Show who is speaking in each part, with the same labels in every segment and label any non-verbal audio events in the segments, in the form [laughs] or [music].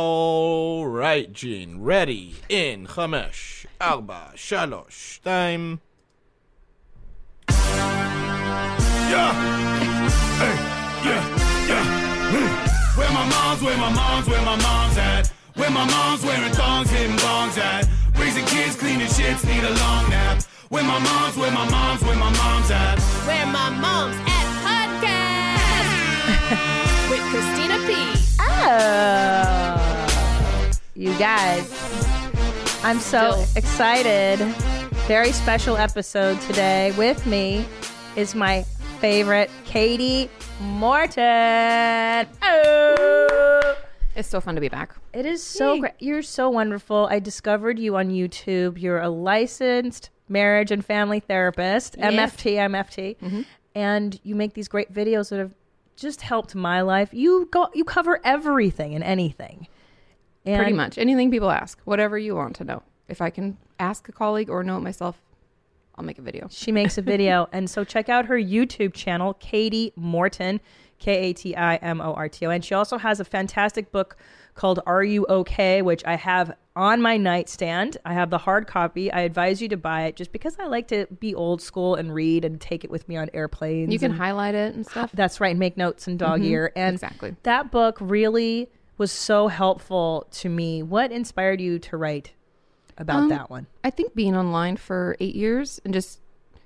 Speaker 1: All right, Gene. Ready in חמש, ארבע, שלוש, שתיים.
Speaker 2: Yeah. Hey, yeah, yeah. Mm. Where my mom's, where my mom's, where my mom's at. Where my mom's wearing thongs, hitting bongs at. Raising kids, cleaning shits, need a long nap. Where my mom's, where my mom's, where my mom's at.
Speaker 3: Where My Mom's at Podcast with Christina P.
Speaker 4: Oh, you guys. I'm so
Speaker 3: Still.
Speaker 4: excited. Very special episode today. With me is my favorite, Katie Morton. Oh,
Speaker 5: It's so fun to be back.
Speaker 4: it is so great. You're so wonderful. I discovered you on YouTube. You're a licensed marriage and family therapist, MFT, MFT, and you make these great videos that have just helped my life. You go, you cover everything and anything. And
Speaker 5: Pretty much anything people ask, whatever you want to know. If I can ask a colleague or know it myself, I'll make a video.
Speaker 4: She makes a
Speaker 5: [laughs]
Speaker 4: video. and so check out her YouTube channel, Katie Morton, K A T I M O R T O. And she also has a fantastic book called Are You Okay? which I have on my nightstand. I have the hard copy. I advise you to buy it just because I like to be old school and read and take it with me on airplanes.
Speaker 5: You can
Speaker 4: and-
Speaker 5: highlight it and stuff.
Speaker 4: that's right. Make notes and dog ear. And
Speaker 5: exactly.
Speaker 4: that book really was so helpful to me. What inspired you to write about
Speaker 5: Um,
Speaker 4: that one?
Speaker 5: I think being online for eight years and just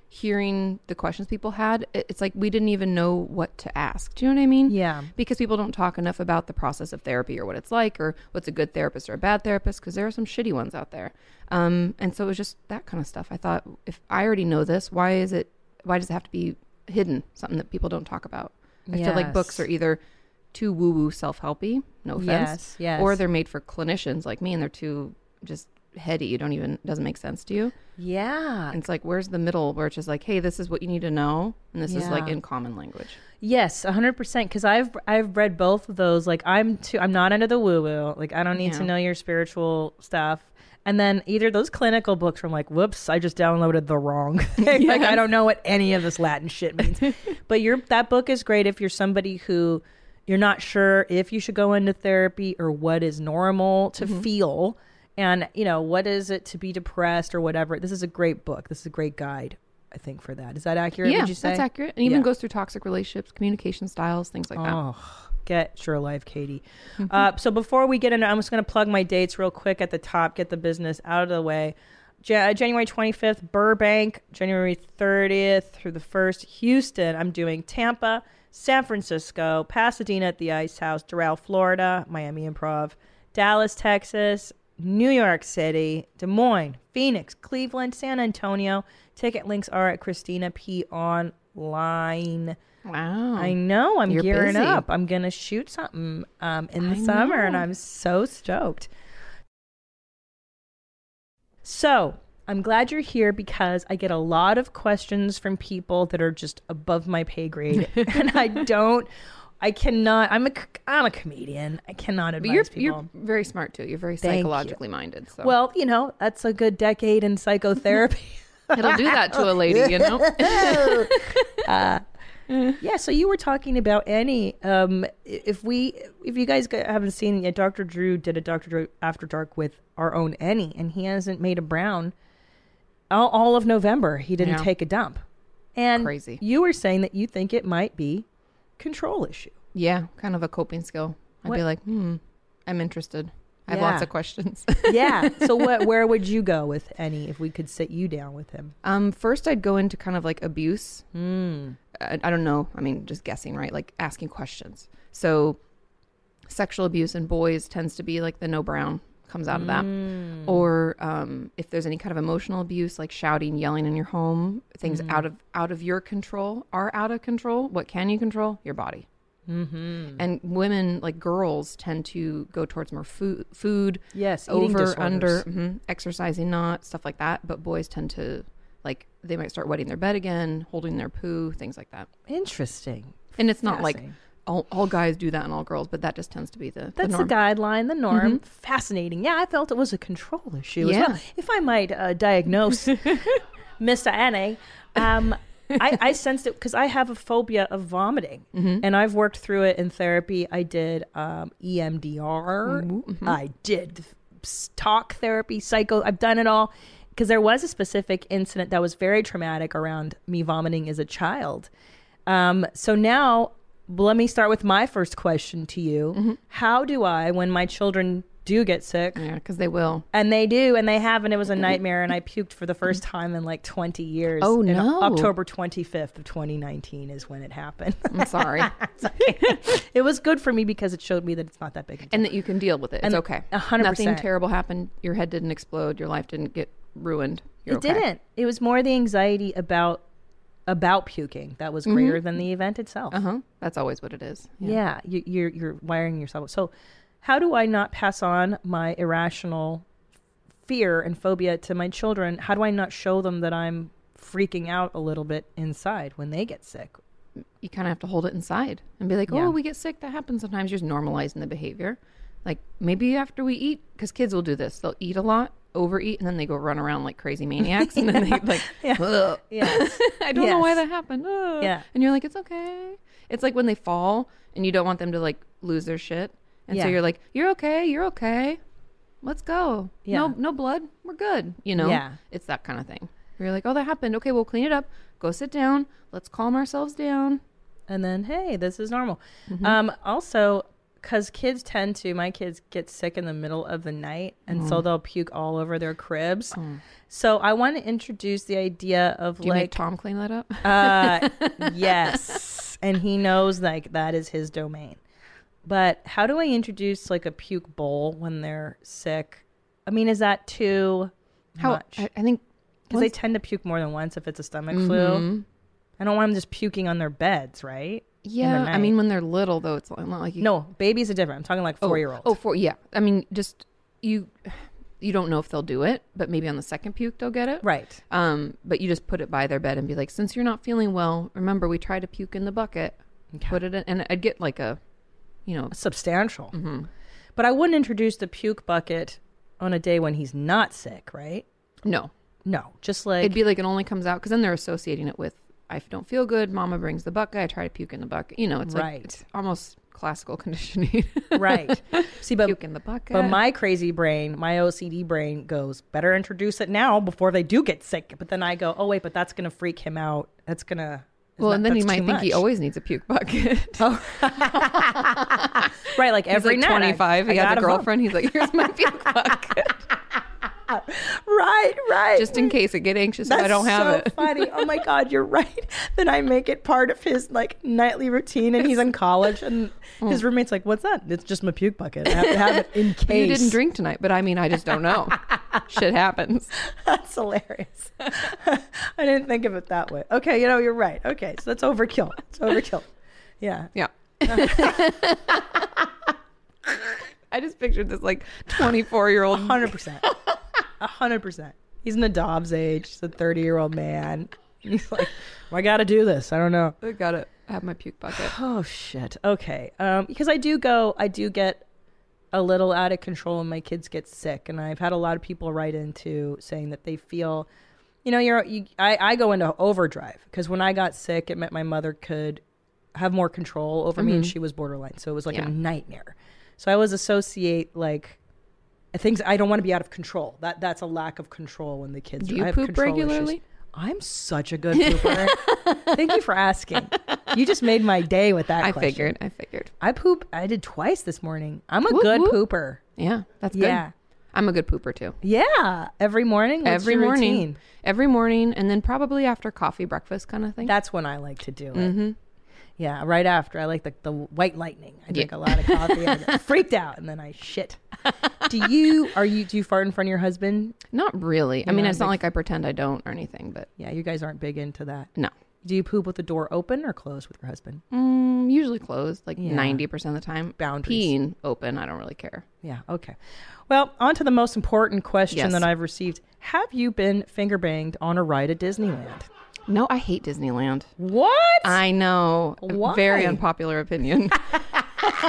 Speaker 5: hearing the questions people had, it- it's like we didn't even know what to ask. Do you know what I mean?
Speaker 4: Yeah.
Speaker 5: Because people don't talk enough about the process of therapy or what it's like or what's a good therapist or a bad therapist because there are some shitty ones out there. Um, and so it was just that kind of stuff. I thought if I already know this, why is it? Why does it have to be hidden? Something that people don't talk about. I feel like books
Speaker 4: Yes.
Speaker 5: are either too woo-woo self-helpy, no offense,
Speaker 4: Yes, yes.
Speaker 5: or they're made for clinicians like me, and they're too just heady. You don't even doesn't make sense to you.
Speaker 4: Yeah.
Speaker 5: And it's like, where's the middle where it's just like, hey, this is what you need to know, and this is like
Speaker 4: Yeah.
Speaker 5: in common language.
Speaker 4: Yes, 100% cuz I've I've read both of those like I'm too I'm not into the woo woo. Like I don't need to
Speaker 5: Yeah.
Speaker 4: know your spiritual stuff. And then either those clinical books from like whoops, I just downloaded the wrong [laughs]
Speaker 5: [laughs]
Speaker 4: thing. like I don't know what any of this Latin shit means. but your that book is great if you're somebody who you're not sure if you should go into therapy or what is normal to
Speaker 5: Mm-hmm.
Speaker 4: feel and you know what is it to be depressed or whatever. This is a great book. This is a great guide I think for that. Is that accurate?
Speaker 5: yeah,
Speaker 4: would you say?
Speaker 5: that's accurate. And even
Speaker 4: Yeah.
Speaker 5: goes through toxic relationships, communication styles, things like that.
Speaker 4: Oh, get your life, Katie.
Speaker 5: [laughs]
Speaker 4: Uh, so before we get into, I'm just going to plug my dates real quick at the top, get the business out of the way. Ja- uh, January 25th, Burbank. January 30th through the 1st, Houston. I'm doing Tampa, San Francisco, Pasadena at the Ice House, Doral, Florida, Miami Improv, Dallas, Texas, New York City, Des Moines, Phoenix, Cleveland, San Antonio. Ticket links are at Christina P. Online.
Speaker 5: Wow.
Speaker 4: I know. I'm
Speaker 5: You're
Speaker 4: gearing
Speaker 5: busy.
Speaker 4: up. I'm going to shoot something um, in the
Speaker 5: I
Speaker 4: summer, and
Speaker 5: know.
Speaker 4: I'm so stoked. So I'm glad you're here because I get a lot of questions from people that are just above my pay
Speaker 5: [laughs]
Speaker 4: grade, and I don't. I cannot. I'm a. c- I'm a comedian. I cannot
Speaker 5: but
Speaker 4: advise
Speaker 5: you're,
Speaker 4: people.
Speaker 5: you're very smart too. You're very
Speaker 4: Thank you.
Speaker 5: psychologically minded. So
Speaker 4: well, you know, that's a good decade in psychotherapy.
Speaker 5: [laughs] it'll do that to a lady,
Speaker 4: [laughs]
Speaker 5: you know.
Speaker 4: Uh,
Speaker 5: [laughs]
Speaker 4: Yeah, so you were talking about Annie. Um, i- if we, if you guys g- haven't seen it yet, Dr. Drew did a Dr. Drew After Dark with our own Annie, and he hasn't made a brown all, all of November. He didn't
Speaker 5: Yeah.
Speaker 4: take a dump. And
Speaker 5: Crazy.
Speaker 4: you were saying that you think it might be control issue.
Speaker 5: yeah, kind of a coping skill. I'd be like, hmm, I'm interested. I have
Speaker 4: Yeah.
Speaker 5: lots of questions.
Speaker 4: Yeah. so what, where would you go with Annie if we could sit you down with
Speaker 5: [laughs]
Speaker 4: him?
Speaker 5: Um, first, I'd go into kind of like abuse. Mm. I, I don't know. I mean, just guessing, right? Like asking questions. So, sexual abuse in boys tends to be like the no brown comes out of that. Or um, if there's any kind of emotional abuse, like shouting, yelling in your home, things out of out of your control are out of control. What can you control? Your body. Mm-hmm. And women, like girls, tend to go towards more food, food,
Speaker 4: Yes, eating
Speaker 5: over, under,
Speaker 4: disorders.
Speaker 5: mhm, exercising not, stuff like that. But boys tend to like they might start wetting their bed again, holding their poo, things like that.
Speaker 4: Interesting.
Speaker 5: And it's not like
Speaker 4: Fascinating.
Speaker 5: all, all guys do that and all girls, but that just tends to be the
Speaker 4: That's
Speaker 5: the,
Speaker 4: the
Speaker 5: norm. Mm-hmm.
Speaker 4: guideline, the norm. Fascinating. Yeah, I felt it was a control issue as well.
Speaker 5: Yeah.
Speaker 4: If I might uh, diagnose Mr. Annie, um, I, I sensed it because I have a phobia of vomiting, and I've worked through it in therapy. I did um, EMDR, I did s- talk therapy, psycho. I've done it all because there was a specific incident that was very traumatic around me vomiting as a child. Um, so now let me start with my first question to you: How do I, when my children do get sick,
Speaker 5: Yeah, because they will.
Speaker 4: and they do, and they have, and it was a nightmare, and I puked for the first time in like 20 years.
Speaker 5: Oh,
Speaker 4: And
Speaker 5: no.
Speaker 4: October 25th of 2019 is when it happened. [laughs]
Speaker 5: I'm sorry.
Speaker 4: it was good for me because it showed me that it's not that big. a deal.
Speaker 5: and that you can deal with it. It's
Speaker 4: And
Speaker 5: okay.
Speaker 4: a hundred
Speaker 5: Nothing
Speaker 4: percent.
Speaker 5: terrible happened. Your head didn't explode. Your life didn't get ruined. You're
Speaker 4: it
Speaker 5: okay.
Speaker 4: didn't. It was more the anxiety about about puking that was greater than the event itself.
Speaker 5: Uh huh. That's always what it is.
Speaker 4: Mm-hmm. Uh-huh. Yeah, you, you're you're wiring yourself. So, how do I not pass on my irrational fear and phobia to my children? How do I not show them that I'm freaking out a little bit inside when they get sick?
Speaker 5: You kind of have to hold it inside and be like, oh,
Speaker 4: Yeah.
Speaker 5: we get sick. That happens sometimes. You're just normalizing the behavior. Like maybe after we eat, because kids will do this. They'll eat a lot, overeat, and then they go run around like crazy maniacs.
Speaker 4: [laughs]
Speaker 5: And then they like, "Ugh."
Speaker 4: Yes.
Speaker 5: [laughs] I don't know why
Speaker 4: Yes.
Speaker 5: that happened. Ugh."
Speaker 4: Yeah.
Speaker 5: And you're like, it's okay. It's like when they fall and you don't want them to like lose their shit. And so
Speaker 4: Yeah.
Speaker 5: you're like, you're okay. You're okay. Let's go. No,
Speaker 4: Yeah.
Speaker 5: no blood. We're good. You know?
Speaker 4: Yeah.
Speaker 5: It's that kind of thing. You're like, oh, that happened. Okay, we'll clean it up. Go sit down. Let's calm ourselves down.
Speaker 4: [laughs] and then hey this is normal
Speaker 5: Mm-hmm.
Speaker 4: um also because kids tend to my kids get sick in the middle of the night and
Speaker 5: Mm.
Speaker 4: so they'll puke all over their cribs so i want to introduce the idea of
Speaker 5: Do you make
Speaker 4: like
Speaker 5: Tom clean that up? [laughs]
Speaker 4: uh yes and he knows like that is his domain but how do i introduce like a puke bowl when they're sick i mean is that too much
Speaker 5: I, I think
Speaker 4: because they tend to puke more than once if it's a stomach
Speaker 5: Mm-hmm.
Speaker 4: flu i don't want them just puking on their beds right
Speaker 5: Yeah. I
Speaker 4: night.
Speaker 5: mean, when they're little, though, it's not like you
Speaker 4: No, babies are different. I'm talking like
Speaker 5: Oh,
Speaker 4: four year olds.
Speaker 5: Oh, four. Yeah. I mean, just you. You don't know if they'll do it, but maybe on the second puke they'll get it.
Speaker 4: right.
Speaker 5: Um, but you just put it by their bed and be like, since you're not feeling well, remember we try to puke in the bucket. Put it in, and I'd get like a, you know,
Speaker 4: Substantial. Mm-hmm. But I wouldn't introduce the puke bucket on a day when he's not sick, right?
Speaker 5: no.
Speaker 4: No, just like
Speaker 5: It'd be [laughs] like it only comes out because then they're associating it with I don't feel good. Mama brings the bucket. I try to puke in the bucket. You know, it's
Speaker 4: Right.
Speaker 5: like it's almost classical [laughs] conditioning.
Speaker 4: right. See, but
Speaker 5: puke in the bucket.
Speaker 4: but my crazy brain, my OCD brain goes better introduce it now before they do get sick. But then I go, oh wait, but that's gonna freak him out. That's gonna isn't
Speaker 5: well, and
Speaker 4: that-
Speaker 5: then you
Speaker 4: that's
Speaker 5: might
Speaker 4: too
Speaker 5: think he
Speaker 4: much. Oh,
Speaker 5: always needs a
Speaker 4: [laughs]
Speaker 5: puke bucket.
Speaker 4: right like every
Speaker 5: He's
Speaker 4: night
Speaker 5: like
Speaker 4: I-
Speaker 5: 25.
Speaker 4: I
Speaker 5: he has
Speaker 4: gotta
Speaker 5: a
Speaker 4: vomit.
Speaker 5: girlfriend. He's like, [laughs] here's my puke bucket,
Speaker 4: [laughs] Right, right.
Speaker 5: just in case I get anxious if I
Speaker 4: That's
Speaker 5: don't have
Speaker 4: so
Speaker 5: it. [laughs]
Speaker 4: funny. Oh my god, you're right. [laughs] Then I make it part of his like nightly routine, and he's in college,
Speaker 5: [laughs]
Speaker 4: and his roommate's like, "What's that? It's just my puke bucket. I have to have it in case."
Speaker 5: Mm. You didn't drink tonight, but I mean, I just don't know. Shit happens.
Speaker 4: [laughs] That's hilarious. [laughs] I didn't think of it that way. Okay, you know, you're right. Okay, so that's overkill. It's overkill. Yeah.
Speaker 5: Yeah. [laughs] I just pictured this like 24 year
Speaker 4: [laughs]
Speaker 5: old.
Speaker 4: hundred percent, a hundred percent. He's in the Dobbs age. He's a thirty-year-old man. [laughs] He's like, well, I got to do this. I don't know.
Speaker 5: I gotta have my puke
Speaker 4: [sighs]
Speaker 5: bucket.
Speaker 4: Oh shit. Okay. Um, because I do go, I do get a little out of control when my kids get sick, and I've had a lot of people write into saying that they feel, you know, you're, you, I, I go into overdrive because when I got sick, it meant my mother could have more control over me, and she was borderline, so it was like
Speaker 5: Mm-hmm. Yeah.
Speaker 4: a nightmare. So I always associate like things I don't want to be out of control. That that's a lack of control when the kids.
Speaker 5: Do you
Speaker 4: I have
Speaker 5: poop
Speaker 4: control issues.
Speaker 5: regularly?
Speaker 4: I'm such a good pooper. Thank you for asking. You just made my day with that.
Speaker 5: I
Speaker 4: question.
Speaker 5: figured. I figured.
Speaker 4: I poop. I did twice this morning. I'm a
Speaker 5: Whoop,
Speaker 4: good
Speaker 5: whoop.
Speaker 4: pooper.
Speaker 5: Yeah, that's good.
Speaker 4: Yeah.
Speaker 5: I'm a good pooper too.
Speaker 4: Yeah, every morning. What's
Speaker 5: every
Speaker 4: your
Speaker 5: morning,
Speaker 4: routine?
Speaker 5: every morning, and then probably after coffee, breakfast kind of thing.
Speaker 4: That's when I like to do it.
Speaker 5: Mm-hmm.
Speaker 4: Yeah, right after. I like the, the white lightning. I drink a lot of coffee. I
Speaker 5: [laughs]
Speaker 4: get freaked out, and then I shit. do you? Are you? Do you fart in front of your husband?
Speaker 5: not really. I mean,
Speaker 4: not
Speaker 5: it's not like I pretend I don't or anything, but
Speaker 4: Yeah, you guys aren't big into that.
Speaker 5: no,
Speaker 4: Do you poop with the door open or closed with your husband?
Speaker 5: mm, usually closed like ninety percent of the time.
Speaker 4: Boundaries.
Speaker 5: peeing open. I don't really care.
Speaker 4: Yeah, okay. Well, on to the most important question
Speaker 5: Yes.
Speaker 4: that I've received. Have you been finger banged on a ride at Disneyland?
Speaker 5: No, I hate Disneyland.
Speaker 4: What?
Speaker 5: I know.
Speaker 4: Why?
Speaker 5: Very unpopular opinion. [laughs]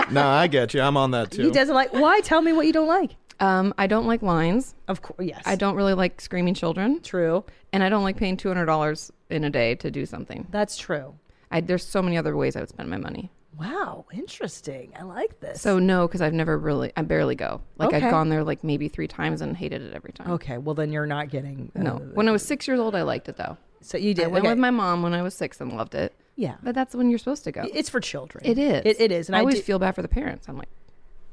Speaker 1: No, I get you. I'm on that too.
Speaker 4: he doesn't like. Why? Tell me what you don't like.
Speaker 5: um, I don't like lines.
Speaker 4: Of course, yes.
Speaker 5: I don't really like screaming children,
Speaker 4: True.
Speaker 5: and I don't like paying two hundred dollars in a day to do something.
Speaker 4: That's true.
Speaker 5: I, there's so many other ways I would spend my money.
Speaker 4: Wow, interesting. I like this.
Speaker 5: So no, because I've never really, I barely go. Like
Speaker 4: Okay.
Speaker 5: I've gone there like maybe three times and hated it every time.
Speaker 4: okay, well then you're not getting uh,
Speaker 5: No, when I was six years old, I liked it though.
Speaker 4: So you did.
Speaker 5: I went
Speaker 4: okay.
Speaker 5: with my mom when I was six and loved it.
Speaker 4: yeah.
Speaker 5: But that's when you're supposed to go.
Speaker 4: It's for children.
Speaker 5: it is.
Speaker 4: It, it is. And I,
Speaker 5: I, always
Speaker 4: do-
Speaker 5: feel bad for the parents. I'm like,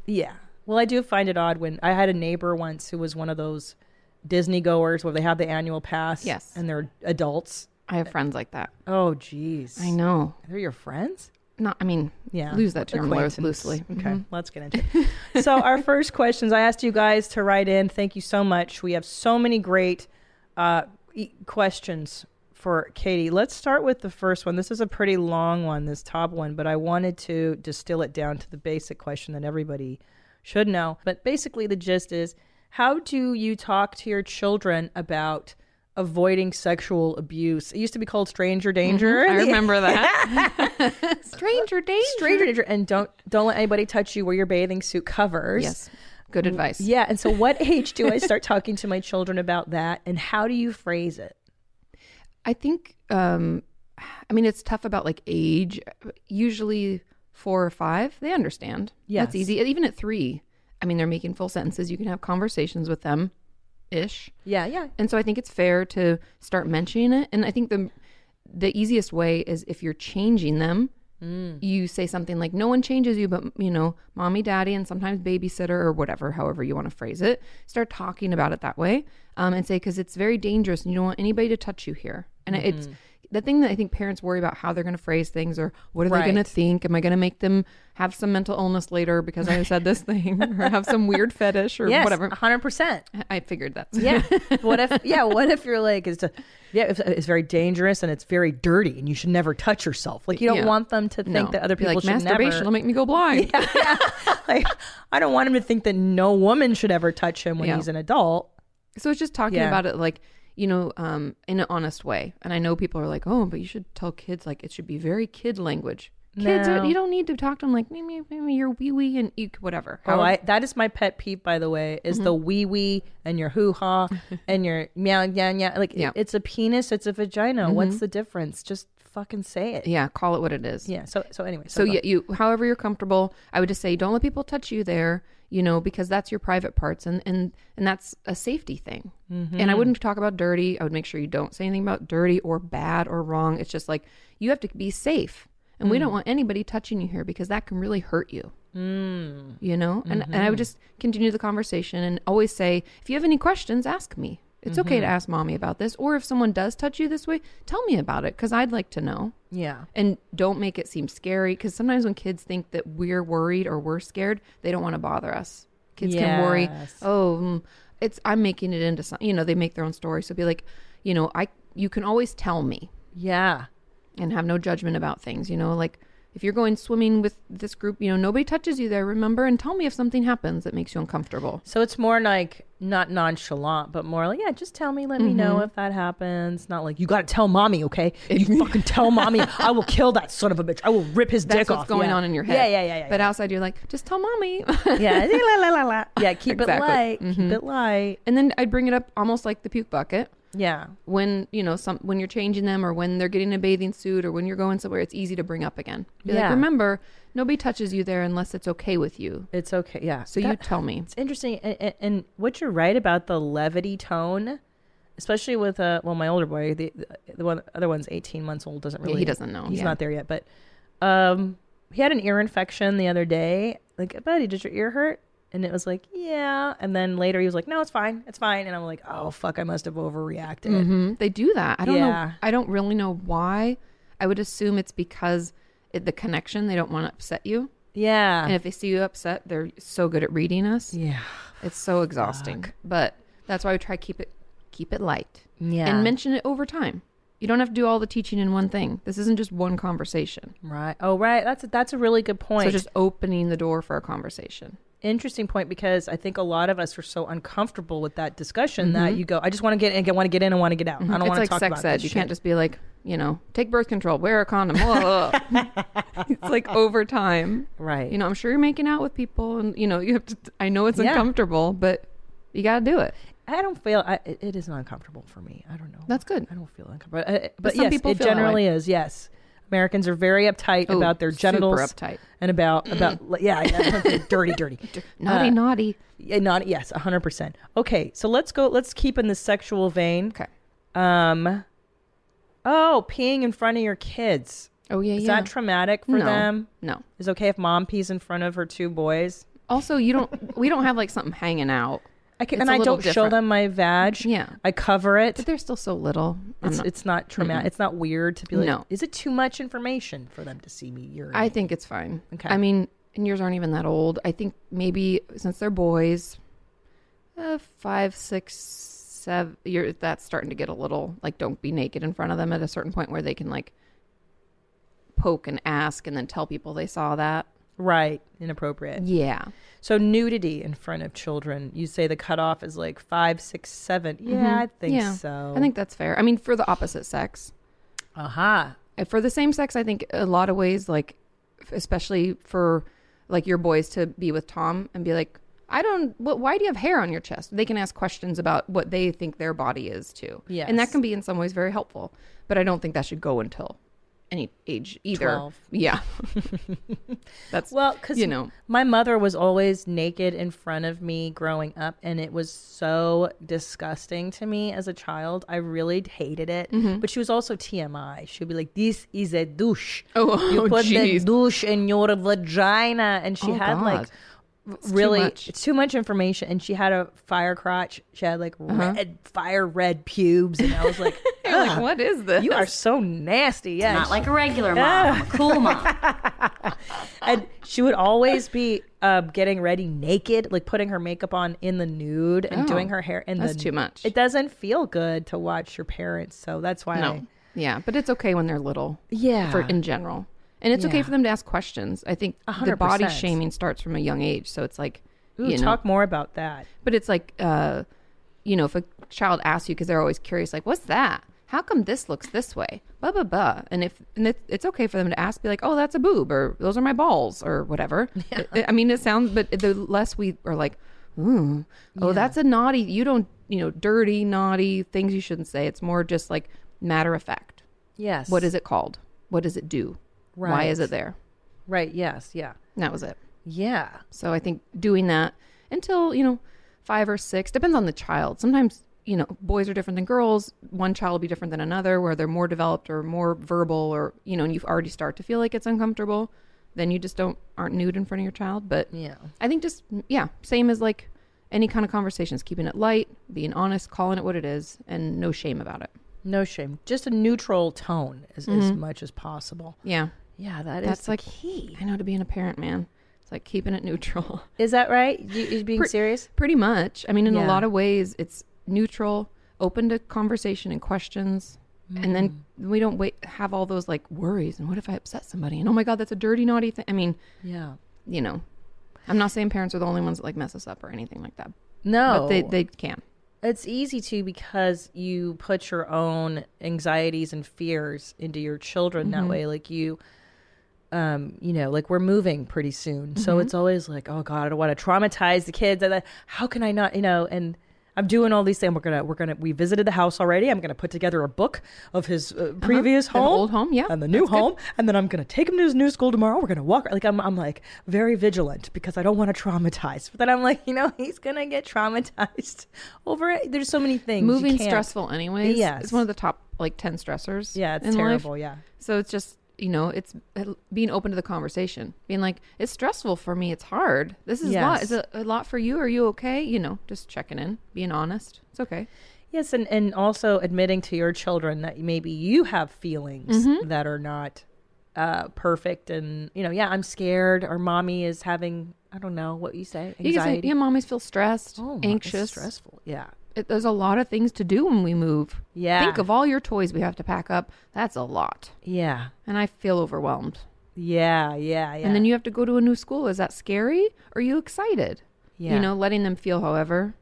Speaker 4: Yeah. Well, I do find it odd when I had a neighbor once who was one of those Disney goers where they have the annual pass.
Speaker 5: Yes.
Speaker 4: And they're adults.
Speaker 5: I have friends like that.
Speaker 4: Oh, jeez.
Speaker 5: I know.
Speaker 4: They're your friends?
Speaker 5: Not. I mean,
Speaker 4: Yeah.
Speaker 5: Lose that term lo-
Speaker 4: Acquaintance.
Speaker 5: loosely. Mm-hmm.
Speaker 4: Okay. [laughs] Let's get into
Speaker 5: [laughs]
Speaker 4: it. so, our first questions I asked you guys to write in. Thank you so much. We have so many great uh, e- questions for Katie. Let's start with the first one. This is a pretty long one, this top one, but I wanted to distill it down to the basic question that everybody should know. But basically, the gist is how do you talk to your children about avoiding sexual abuse? It used to be called stranger danger.
Speaker 5: I remember that.
Speaker 4: [laughs]
Speaker 5: Stranger danger.
Speaker 4: stranger danger and don't don't let anybody touch you where your bathing suit covers.
Speaker 5: Yes. Good advice.
Speaker 4: Mm, Yeah, and so what age do I start talking to my children about that and how do you phrase it?
Speaker 5: I think um I mean it's tough about like age. Usually four or five, they understand. Yeah,
Speaker 4: Yes.
Speaker 5: That's easy. Even at three. I mean they're making full sentences. You can have conversations with them ish.
Speaker 4: Yeah, yeah.
Speaker 5: And so I think it's fair to start mentioning it. And I think the the easiest way is if you're changing them,
Speaker 4: Mm.
Speaker 5: you say something like, "No one changes you, but you know, mommy, daddy, and sometimes babysitter or whatever, however you want to phrase it." Start talking about it that way, um, and say because it's very dangerous, and you don't want anybody to touch you here. And
Speaker 4: Mm-hmm.
Speaker 5: it's the thing that I think parents worry about how they're going to phrase things or what are they going to
Speaker 4: Right.
Speaker 5: think? Am I going to make them have some mental illness later because I said this thing or have some weird fetish or
Speaker 4: [laughs] Yes,
Speaker 5: whatever? [laughs]
Speaker 4: 100%.
Speaker 5: I figured that. [laughs]
Speaker 4: Yeah. what if yeah, what if you're like it's a, yeah, it's, it's very dangerous and it's very dirty and you should never touch yourself. Like you don't
Speaker 5: Yeah.
Speaker 4: want them to think
Speaker 5: No.
Speaker 4: that other
Speaker 5: Be
Speaker 4: people
Speaker 5: like
Speaker 4: should
Speaker 5: masturbation
Speaker 4: never
Speaker 5: will make me
Speaker 4: [laughs]
Speaker 5: go blind.
Speaker 4: like I don't want him to think that no woman should ever touch him when
Speaker 5: Yeah.
Speaker 4: he's an adult.
Speaker 5: So it's just talking
Speaker 4: Yeah.
Speaker 5: about it like you know um, in an honest way. And I know people are like, oh, but you should tell kids like it should be very kid language. Kids, are,
Speaker 4: No.
Speaker 5: you don't need to talk to them like maybe maybe your wee wee and eek whatever.
Speaker 4: Oh, I, that is my pet peeve, by the way, is
Speaker 5: Mm-hmm.
Speaker 4: the wee wee and your hoo
Speaker 5: [laughs]
Speaker 4: ha and your meow meow meow. Like
Speaker 5: Yeah. Mm-hmm.
Speaker 4: it's a penis, it's a vagina. What's the difference? Just fucking say it. Yeah.
Speaker 5: yeah, call it what it is.
Speaker 4: so so anyway,
Speaker 5: So
Speaker 4: go-
Speaker 5: yeah, you however you're comfortable. I would just say don't let people touch you there, you know, because that's your private parts and and and that's a safety thing. And I wouldn't talk about dirty. I would make sure you don't say anything about dirty or bad or wrong. It's just like you have to be safe. And we don't want anybody touching you here because that can really hurt you. Mm. You know? And and I would just continue the conversation and always say, if you have any questions, ask me. It's okay to ask mommy about this or if someone does touch you this way, tell me about it cuz I'd like to know
Speaker 4: Yeah.
Speaker 5: and don't make it seem scary because sometimes when kids think that we're worried or we're scared they don't want to bother us kids can worry
Speaker 4: Yes.
Speaker 5: oh mm, it's i'm making it into something you know they make their own story so be like you know i you can always tell me
Speaker 4: Yeah.
Speaker 5: and have no judgment about things you know like if you're going swimming with this group you know nobody touches you there remember and tell me if something happens that makes you uncomfortable
Speaker 4: So it's more like not nonchalant, but more like, yeah, just tell me, let me
Speaker 5: Mm-hmm.
Speaker 4: know if that happens. Not like you gotta tell mommy,
Speaker 5: [laughs]
Speaker 4: okay? You fucking tell mommy, I will kill that son of a bitch. I will rip his
Speaker 5: that's
Speaker 4: dick
Speaker 5: what's
Speaker 4: off.
Speaker 5: going
Speaker 4: Yeah.
Speaker 5: on in your head
Speaker 4: Yeah, yeah, yeah, yeah.
Speaker 5: but uh, outside you're like just tell mommy [laughs]
Speaker 4: yeah. Yeah, la, la, la, la. yeah keep
Speaker 5: Exactly.
Speaker 4: it light.
Speaker 5: Mm-hmm.
Speaker 4: Keep it light.
Speaker 5: and then i'd bring it up almost like the puke bucket
Speaker 4: Yeah.
Speaker 5: when you know some when you're changing them or when they're getting a bathing suit or when you're going somewhere it's easy to bring up again Be
Speaker 4: Yeah.
Speaker 5: like remember nobody touches you there unless it's okay with you
Speaker 4: It's okay. Yeah.
Speaker 5: so you tell me
Speaker 4: it's interesting and, and, and what you're right about the levity tone especially with uh well my older boy the the one other one's 18 months old doesn't
Speaker 5: Yeah,
Speaker 4: really
Speaker 5: he doesn't know,
Speaker 4: he's
Speaker 5: yeah.
Speaker 4: not there yet but um he had an ear infection the other day like buddy did your ear hurt and it was like yeah and then later he was like no it's fine it's fine and i'm like oh fuck i must have overreacted
Speaker 5: Mhm. they do that i don't
Speaker 4: Mm-hmm. Yeah.
Speaker 5: know i don't really know why i would assume it's because it, the connection they don't want to upset you
Speaker 4: yeah
Speaker 5: and if they see you upset they're so good at reading us
Speaker 4: yeah
Speaker 5: it's so exhausting but that's why we try to keep it keep it light
Speaker 4: yeah
Speaker 5: and mention it over time you don't have to do all the teaching in one thing this isn't just one conversation
Speaker 4: right oh right that's a, that's a really good point
Speaker 5: So just opening the door for a conversation.
Speaker 4: interesting point because I think a lot of us are so uncomfortable with that discussion that you go, I just want to get in, I want to get in, I want to get out. I don't
Speaker 5: Mm-hmm. it's
Speaker 4: want to
Speaker 5: like
Speaker 4: talk
Speaker 5: sex
Speaker 4: about
Speaker 5: ed.
Speaker 4: this
Speaker 5: You
Speaker 4: shit.
Speaker 5: can't just be like, you know, take birth control, wear a condom.
Speaker 4: [laughs]
Speaker 5: Blah, blah, blah. [laughs] it's like over time.
Speaker 4: right.
Speaker 5: You know, I'm sure you're making out with people, and you know, you have to. I know it's
Speaker 4: Yeah.
Speaker 5: uncomfortable, but you got to do it.
Speaker 4: I don't feel I, it, it isn't uncomfortable for me. I don't know.
Speaker 5: That's good.
Speaker 4: I don't feel uncomfortable. But, uh, but
Speaker 5: some
Speaker 4: yes,
Speaker 5: people
Speaker 4: it
Speaker 5: feel that way.
Speaker 4: generally is. Yes, Americans are very uptight
Speaker 5: Oh,
Speaker 4: about their
Speaker 5: super
Speaker 4: genitals,
Speaker 5: uptight.
Speaker 4: and
Speaker 5: [clears throat]
Speaker 4: about about like, yeah, [laughs] yeah dirty,
Speaker 5: [laughs]
Speaker 4: dirty,
Speaker 5: Naughty, naughty.
Speaker 4: yeah, not yes, hundred percent. Okay, so let's go. Let's keep in the sexual vein.
Speaker 5: Okay.
Speaker 4: Um, oh, peeing in front of your kids
Speaker 5: Oh yeah,
Speaker 4: is
Speaker 5: yeah.
Speaker 4: that traumatic for
Speaker 5: no,
Speaker 4: them?
Speaker 5: No.
Speaker 4: Is it okay if mom pees in front of her two boys?
Speaker 5: Also, you don't. we don't have like something hanging out.
Speaker 4: I can,
Speaker 5: It's
Speaker 4: and
Speaker 5: a
Speaker 4: I
Speaker 5: little
Speaker 4: don't show
Speaker 5: different.
Speaker 4: them my vag.
Speaker 5: Yeah.
Speaker 4: I cover it.
Speaker 5: But they're still so little. I'm
Speaker 4: It's,
Speaker 5: not-
Speaker 4: it's not traumatic. It's not weird to be like,
Speaker 5: No.
Speaker 4: is it too much information for them to see me urinate?
Speaker 5: I think it's fine.
Speaker 4: Okay.
Speaker 5: I mean, and yours aren't even that old. I think maybe since they're boys, uh, five, six, seven. You're that's starting to get a little like don't be naked in front of them at a certain point where they can like poke and ask and then tell people they saw that.
Speaker 4: right, inappropriate.
Speaker 5: Yeah.
Speaker 4: So nudity in front of children. You say the cutoff is like five, six, seven. Yeah, I think
Speaker 5: Mm-hmm. yeah.
Speaker 4: so.
Speaker 5: I think that's fair. I mean, for the opposite sex.
Speaker 4: Aha.
Speaker 5: Uh, for the same sex i think a lot of ways like f- especially for like your boys to be with tom and be like i don't what, why do you have hair on your chest they can ask questions about what they think their body is too and
Speaker 4: Yes.
Speaker 5: that can be in some ways very helpful but i don't think that should go until any age either
Speaker 4: 12. [laughs]
Speaker 5: yeah that's
Speaker 4: Well, because
Speaker 5: you know
Speaker 4: my mother was always naked in front of me growing up, and it was so disgusting to me as a child. I really hated it.
Speaker 5: Mm-hmm.
Speaker 4: But she was also TMI. She'd be like, "This is a douche.
Speaker 5: Oh,
Speaker 4: you
Speaker 5: [laughs] oh,
Speaker 4: put the
Speaker 5: geez.
Speaker 4: douche in your vagina," and she
Speaker 5: Oh,
Speaker 4: had like
Speaker 5: God.
Speaker 4: r- really
Speaker 5: much.
Speaker 4: it's too much information. And she had a fire crotch. She had like
Speaker 5: Uh-huh.
Speaker 4: red fire red pubes, and I was
Speaker 5: [laughs]
Speaker 4: like,
Speaker 5: You're like what is this
Speaker 4: "You are so nasty." Yeah,
Speaker 6: Not like a regular mom, I'm a cool mom.
Speaker 4: and she would always be um, getting ready naked, like putting her makeup on in the nude and
Speaker 5: Oh,
Speaker 4: doing her hair in the.
Speaker 5: that's too much.
Speaker 4: It doesn't feel good to watch your parents, so that's why.
Speaker 5: no
Speaker 4: I,
Speaker 5: yeah but it's okay when they're little
Speaker 4: yeah.
Speaker 5: for in general. And it's okay
Speaker 4: Yeah.
Speaker 5: for them to ask questions. I think the
Speaker 4: hundred
Speaker 5: body
Speaker 4: percent.
Speaker 5: shaming starts from a young age, so it's like
Speaker 4: Ooh,
Speaker 5: you know,
Speaker 4: talk more about that.
Speaker 5: but it's like uh, you know, if a child asks you because they're always curious, like, "What's that? How come this looks this way?" Blah blah blah. And if and it, it's okay for them to ask, be like, "Oh, that's a boob," or "Those are my balls," or
Speaker 4: [laughs]
Speaker 5: whatever. I- I mean, it sounds, but the less we are like, "Ooh, oh, that's a naughty," you don't, you know, dirty, naughty things you shouldn't say. It's more just like matter of fact.
Speaker 4: Yes.
Speaker 5: What is it called? What does it do? Why is
Speaker 4: Right.
Speaker 5: it there?
Speaker 4: Right. Yes. Yeah.
Speaker 5: And that was it.
Speaker 4: Yeah.
Speaker 5: So I think doing that until, you know, five or six depends on the child. Sometimes, you know, boys are different than girls. One child will be different than another, where they're more developed or more verbal or, you know, and you already start to feel like it's uncomfortable. Then you just don't aren't nude in front of your child. But
Speaker 4: Yeah.
Speaker 5: I think just mm, yeah, same as like any kind of conversations, keeping it light, being honest, calling it what it is, and no shame about it.
Speaker 4: No shame. Just a neutral tone as, as much as possible.
Speaker 5: Mm-hmm. Yeah.
Speaker 4: Yeah, that is
Speaker 5: That's
Speaker 4: the
Speaker 5: like
Speaker 4: key.
Speaker 5: I know to being a parent, man. It's like keeping it [laughs] neutral.
Speaker 4: Is that right? You, you being
Speaker 5: Pre-
Speaker 4: serious?
Speaker 5: Pretty much. I mean, in
Speaker 4: Yeah.
Speaker 5: a lot of ways, it's neutral, open to conversation and questions. And then
Speaker 4: Mm.
Speaker 5: we don't wait, have all those like worries. And what if I upset somebody? And oh my God, that's a dirty, naughty thing. I mean,
Speaker 4: Yeah.
Speaker 5: you know, I'm not saying parents are the only ones that like mess us up or anything like that.
Speaker 4: No.
Speaker 5: But they, they can.
Speaker 4: It's easy to because you put your own anxieties and fears into your children
Speaker 5: Mm-hmm.
Speaker 4: that way. Like you, um, you know, like we're moving pretty soon,
Speaker 5: Mm-hmm.
Speaker 4: so it's always like, oh God, I don't want to traumatize the kids. And then, How can I not, you know? And I'm doing all these things. We're gonna, we're gonna, we visited the house already. I'm gonna put together a book of his uh, previous
Speaker 5: The
Speaker 4: home,
Speaker 5: Uh-huh. old home, yeah.
Speaker 4: and the new home, and then I'm gonna take him to his new school tomorrow. We're gonna walk. Like I'm, I'm like very vigilant because I don't want to traumatize. But then I'm like, [laughs] you know, he's gonna get traumatized [laughs] over it. There's so many things. you
Speaker 5: Moving
Speaker 4: can't-
Speaker 5: stressful, anyways.
Speaker 4: Yes.
Speaker 5: It's one of the top like 10 stressors.
Speaker 4: Yeah, it's
Speaker 5: in life.
Speaker 4: terrible. Yeah.
Speaker 5: So it's just, you know, it's being open to the conversation, being like, it's stressful for me. It's hard. This is a lot.
Speaker 4: Yes.
Speaker 5: Is it a lot for you? Are you okay? You know, just checking in, being honest. It's okay.
Speaker 4: Yes, and, and also admitting to your children that maybe you have feelings
Speaker 5: Mm-hmm.
Speaker 4: that are not uh, perfect, and you know, yeah, I'm scared, or mommy is having, I don't know what you say,
Speaker 5: You can say,
Speaker 4: anxiety,
Speaker 5: yeah, mommies feel stressed,
Speaker 4: Oh, my- it's
Speaker 5: anxious.
Speaker 4: stressful. Yeah,
Speaker 5: It, there's a lot of things to do when we move.
Speaker 4: Yeah.
Speaker 5: Think of all your toys we have to pack up. That's a lot.
Speaker 4: yeah,
Speaker 5: And I feel overwhelmed.
Speaker 4: yeah, yeah, yeah.
Speaker 5: And then you have to go to a new school. Is that scary? Are you excited?
Speaker 4: Yeah.
Speaker 5: You know, letting them feel however.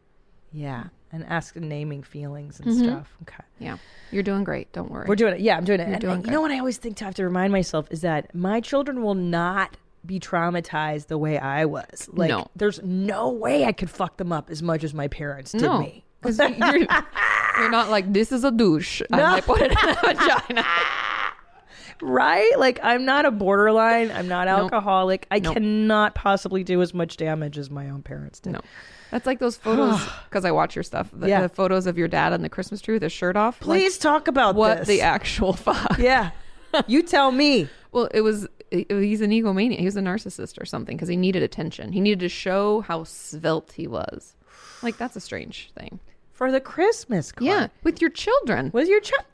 Speaker 4: yeah, and ask naming feelings
Speaker 5: Mm-hmm.
Speaker 4: and stuff. Okay.
Speaker 5: Yeah. You're doing great. Don't worry.
Speaker 4: We're doing it. Yeah, I'm doing it. And-
Speaker 5: doing
Speaker 4: and you
Speaker 5: good.
Speaker 4: know what I always think to have to remind myself is that my children will not be traumatized the way I was. Like
Speaker 5: No.
Speaker 4: there's no way I could fuck them up as much as my parents did
Speaker 5: No. [laughs]
Speaker 4: me.
Speaker 5: Because you're, you're not like, this is a douche. No.
Speaker 4: No.
Speaker 5: I put it in a [laughs] vagina.
Speaker 4: Right? Like I'm not a borderline. I'm not alcoholic. I
Speaker 5: Nope.
Speaker 4: cannot possibly do as much damage as my own parents did.
Speaker 5: No. That's like
Speaker 4: [sighs]
Speaker 5: those photos, because I watch your stuff, the,
Speaker 4: Yeah.
Speaker 5: the photos of your dad on the Christmas tree with his shirt off. Like,
Speaker 4: Please talk about
Speaker 5: what
Speaker 4: this.
Speaker 5: the actual [laughs] fuck?
Speaker 4: yeah. You tell me.
Speaker 5: Well, it was it- he's an egomaniac. He was a narcissist or something because he needed attention. He needed to show how svelte he was. Like that's a strange thing.
Speaker 4: For the Christmas card.
Speaker 5: Yeah, with your children.
Speaker 4: Was your child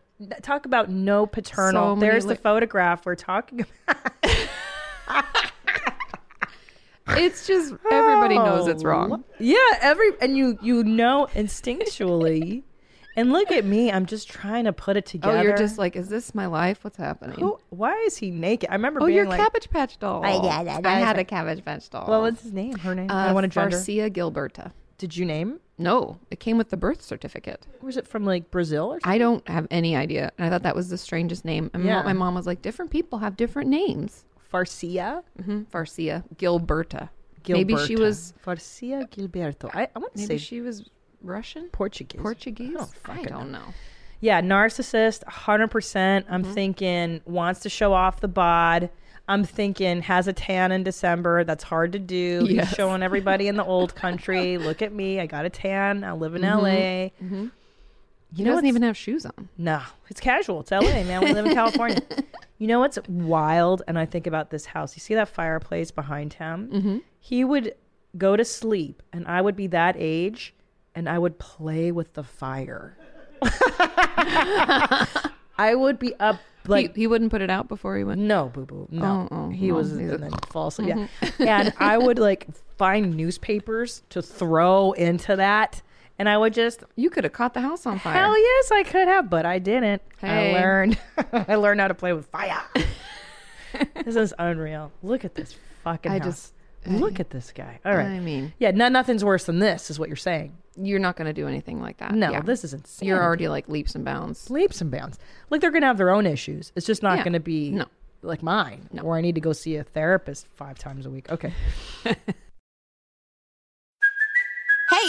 Speaker 4: talk about no paternal?
Speaker 5: So many
Speaker 4: There's
Speaker 5: li-
Speaker 4: the photograph we're talking about.
Speaker 5: It's just everybody knows it's wrong.
Speaker 4: Yeah, every and you you know instinctually. and look at me, I'm just trying to put it together.
Speaker 5: Oh, you're just like, is this my life? What's happening?
Speaker 4: Who- why is he naked? I remember
Speaker 5: oh,
Speaker 4: being
Speaker 5: your
Speaker 4: like, Oh,
Speaker 5: Cabbage Patch doll. I, had a Cabbage Patch doll.
Speaker 4: what was his name? Her name? I
Speaker 5: Uh,
Speaker 4: don't want to gender.
Speaker 5: Farcia Gilberta.
Speaker 4: Did you name?
Speaker 5: No, it came with the birth certificate.
Speaker 4: Was it from like Brazil or something?
Speaker 5: I don't have any idea. And I thought that was the strangest name. And
Speaker 4: Yeah.
Speaker 5: my mom was like, different people have different names.
Speaker 4: Farcia?
Speaker 5: Mm, Farcia Gilberta. Maybe
Speaker 4: Mm-hmm.
Speaker 5: she
Speaker 4: Gilberta.
Speaker 5: was.
Speaker 4: Farcia Gilberto. I, I want to
Speaker 5: Maybe
Speaker 4: say
Speaker 5: she was Russian. Oh,
Speaker 4: Portuguese.
Speaker 5: Portuguese.
Speaker 4: don't fucking
Speaker 5: know.
Speaker 4: yeah, narcissist, 100%. percent I'm
Speaker 5: Mm-hmm.
Speaker 4: thinking wants to show off the bod. I'm thinking has a tan in December. That's hard to do. He's
Speaker 5: Yes.
Speaker 4: showing everybody in the
Speaker 5: [laughs]
Speaker 4: old country. Look at me. I got a tan. I live in LA.
Speaker 5: Mm-hmm. He
Speaker 4: know
Speaker 5: doesn't
Speaker 4: what's-
Speaker 5: even have shoes on.
Speaker 4: No, it's casual. It's LA, man. We live
Speaker 5: [laughs]
Speaker 4: in California. You know what's wild? And I think about this house. You see that fireplace behind him?
Speaker 5: Mm-hmm.
Speaker 4: He would go to sleep, and I would be that age, and I would play with the
Speaker 5: [laughs]
Speaker 4: fire. I would be up like
Speaker 5: he, he wouldn't put it out before he went.
Speaker 4: no, boo boo. No.
Speaker 5: Oh, oh,
Speaker 4: he
Speaker 5: no.
Speaker 4: was
Speaker 5: He's a- Mm-hmm.
Speaker 4: and then fall asleep. Yeah. and I
Speaker 5: [laughs]
Speaker 4: would like find newspapers to throw into that. And I would just,
Speaker 5: You could have caught the house on fire.
Speaker 4: hell yes, I could have, but I didn't.
Speaker 5: Hey.
Speaker 4: I learned. [laughs] I learned how to play with
Speaker 5: [laughs]
Speaker 4: fire. this is unreal. Look at this fucking
Speaker 5: I
Speaker 4: house.
Speaker 5: just-
Speaker 4: Look at this guy. All right.
Speaker 5: I mean-
Speaker 4: yeah, no, nothing's worse than this, is what you're saying.
Speaker 5: You're not going to do anything like that.
Speaker 4: No,
Speaker 5: Yeah.
Speaker 4: this is insane.
Speaker 5: You're already like leaps and bounds.
Speaker 4: leaps and bounds. Like they're gonna have their own issues. It's just not
Speaker 5: Yeah.
Speaker 4: gonna be
Speaker 5: No.
Speaker 4: like mine, where I need to go see a therapist five times a week. Okay.
Speaker 7: Hey,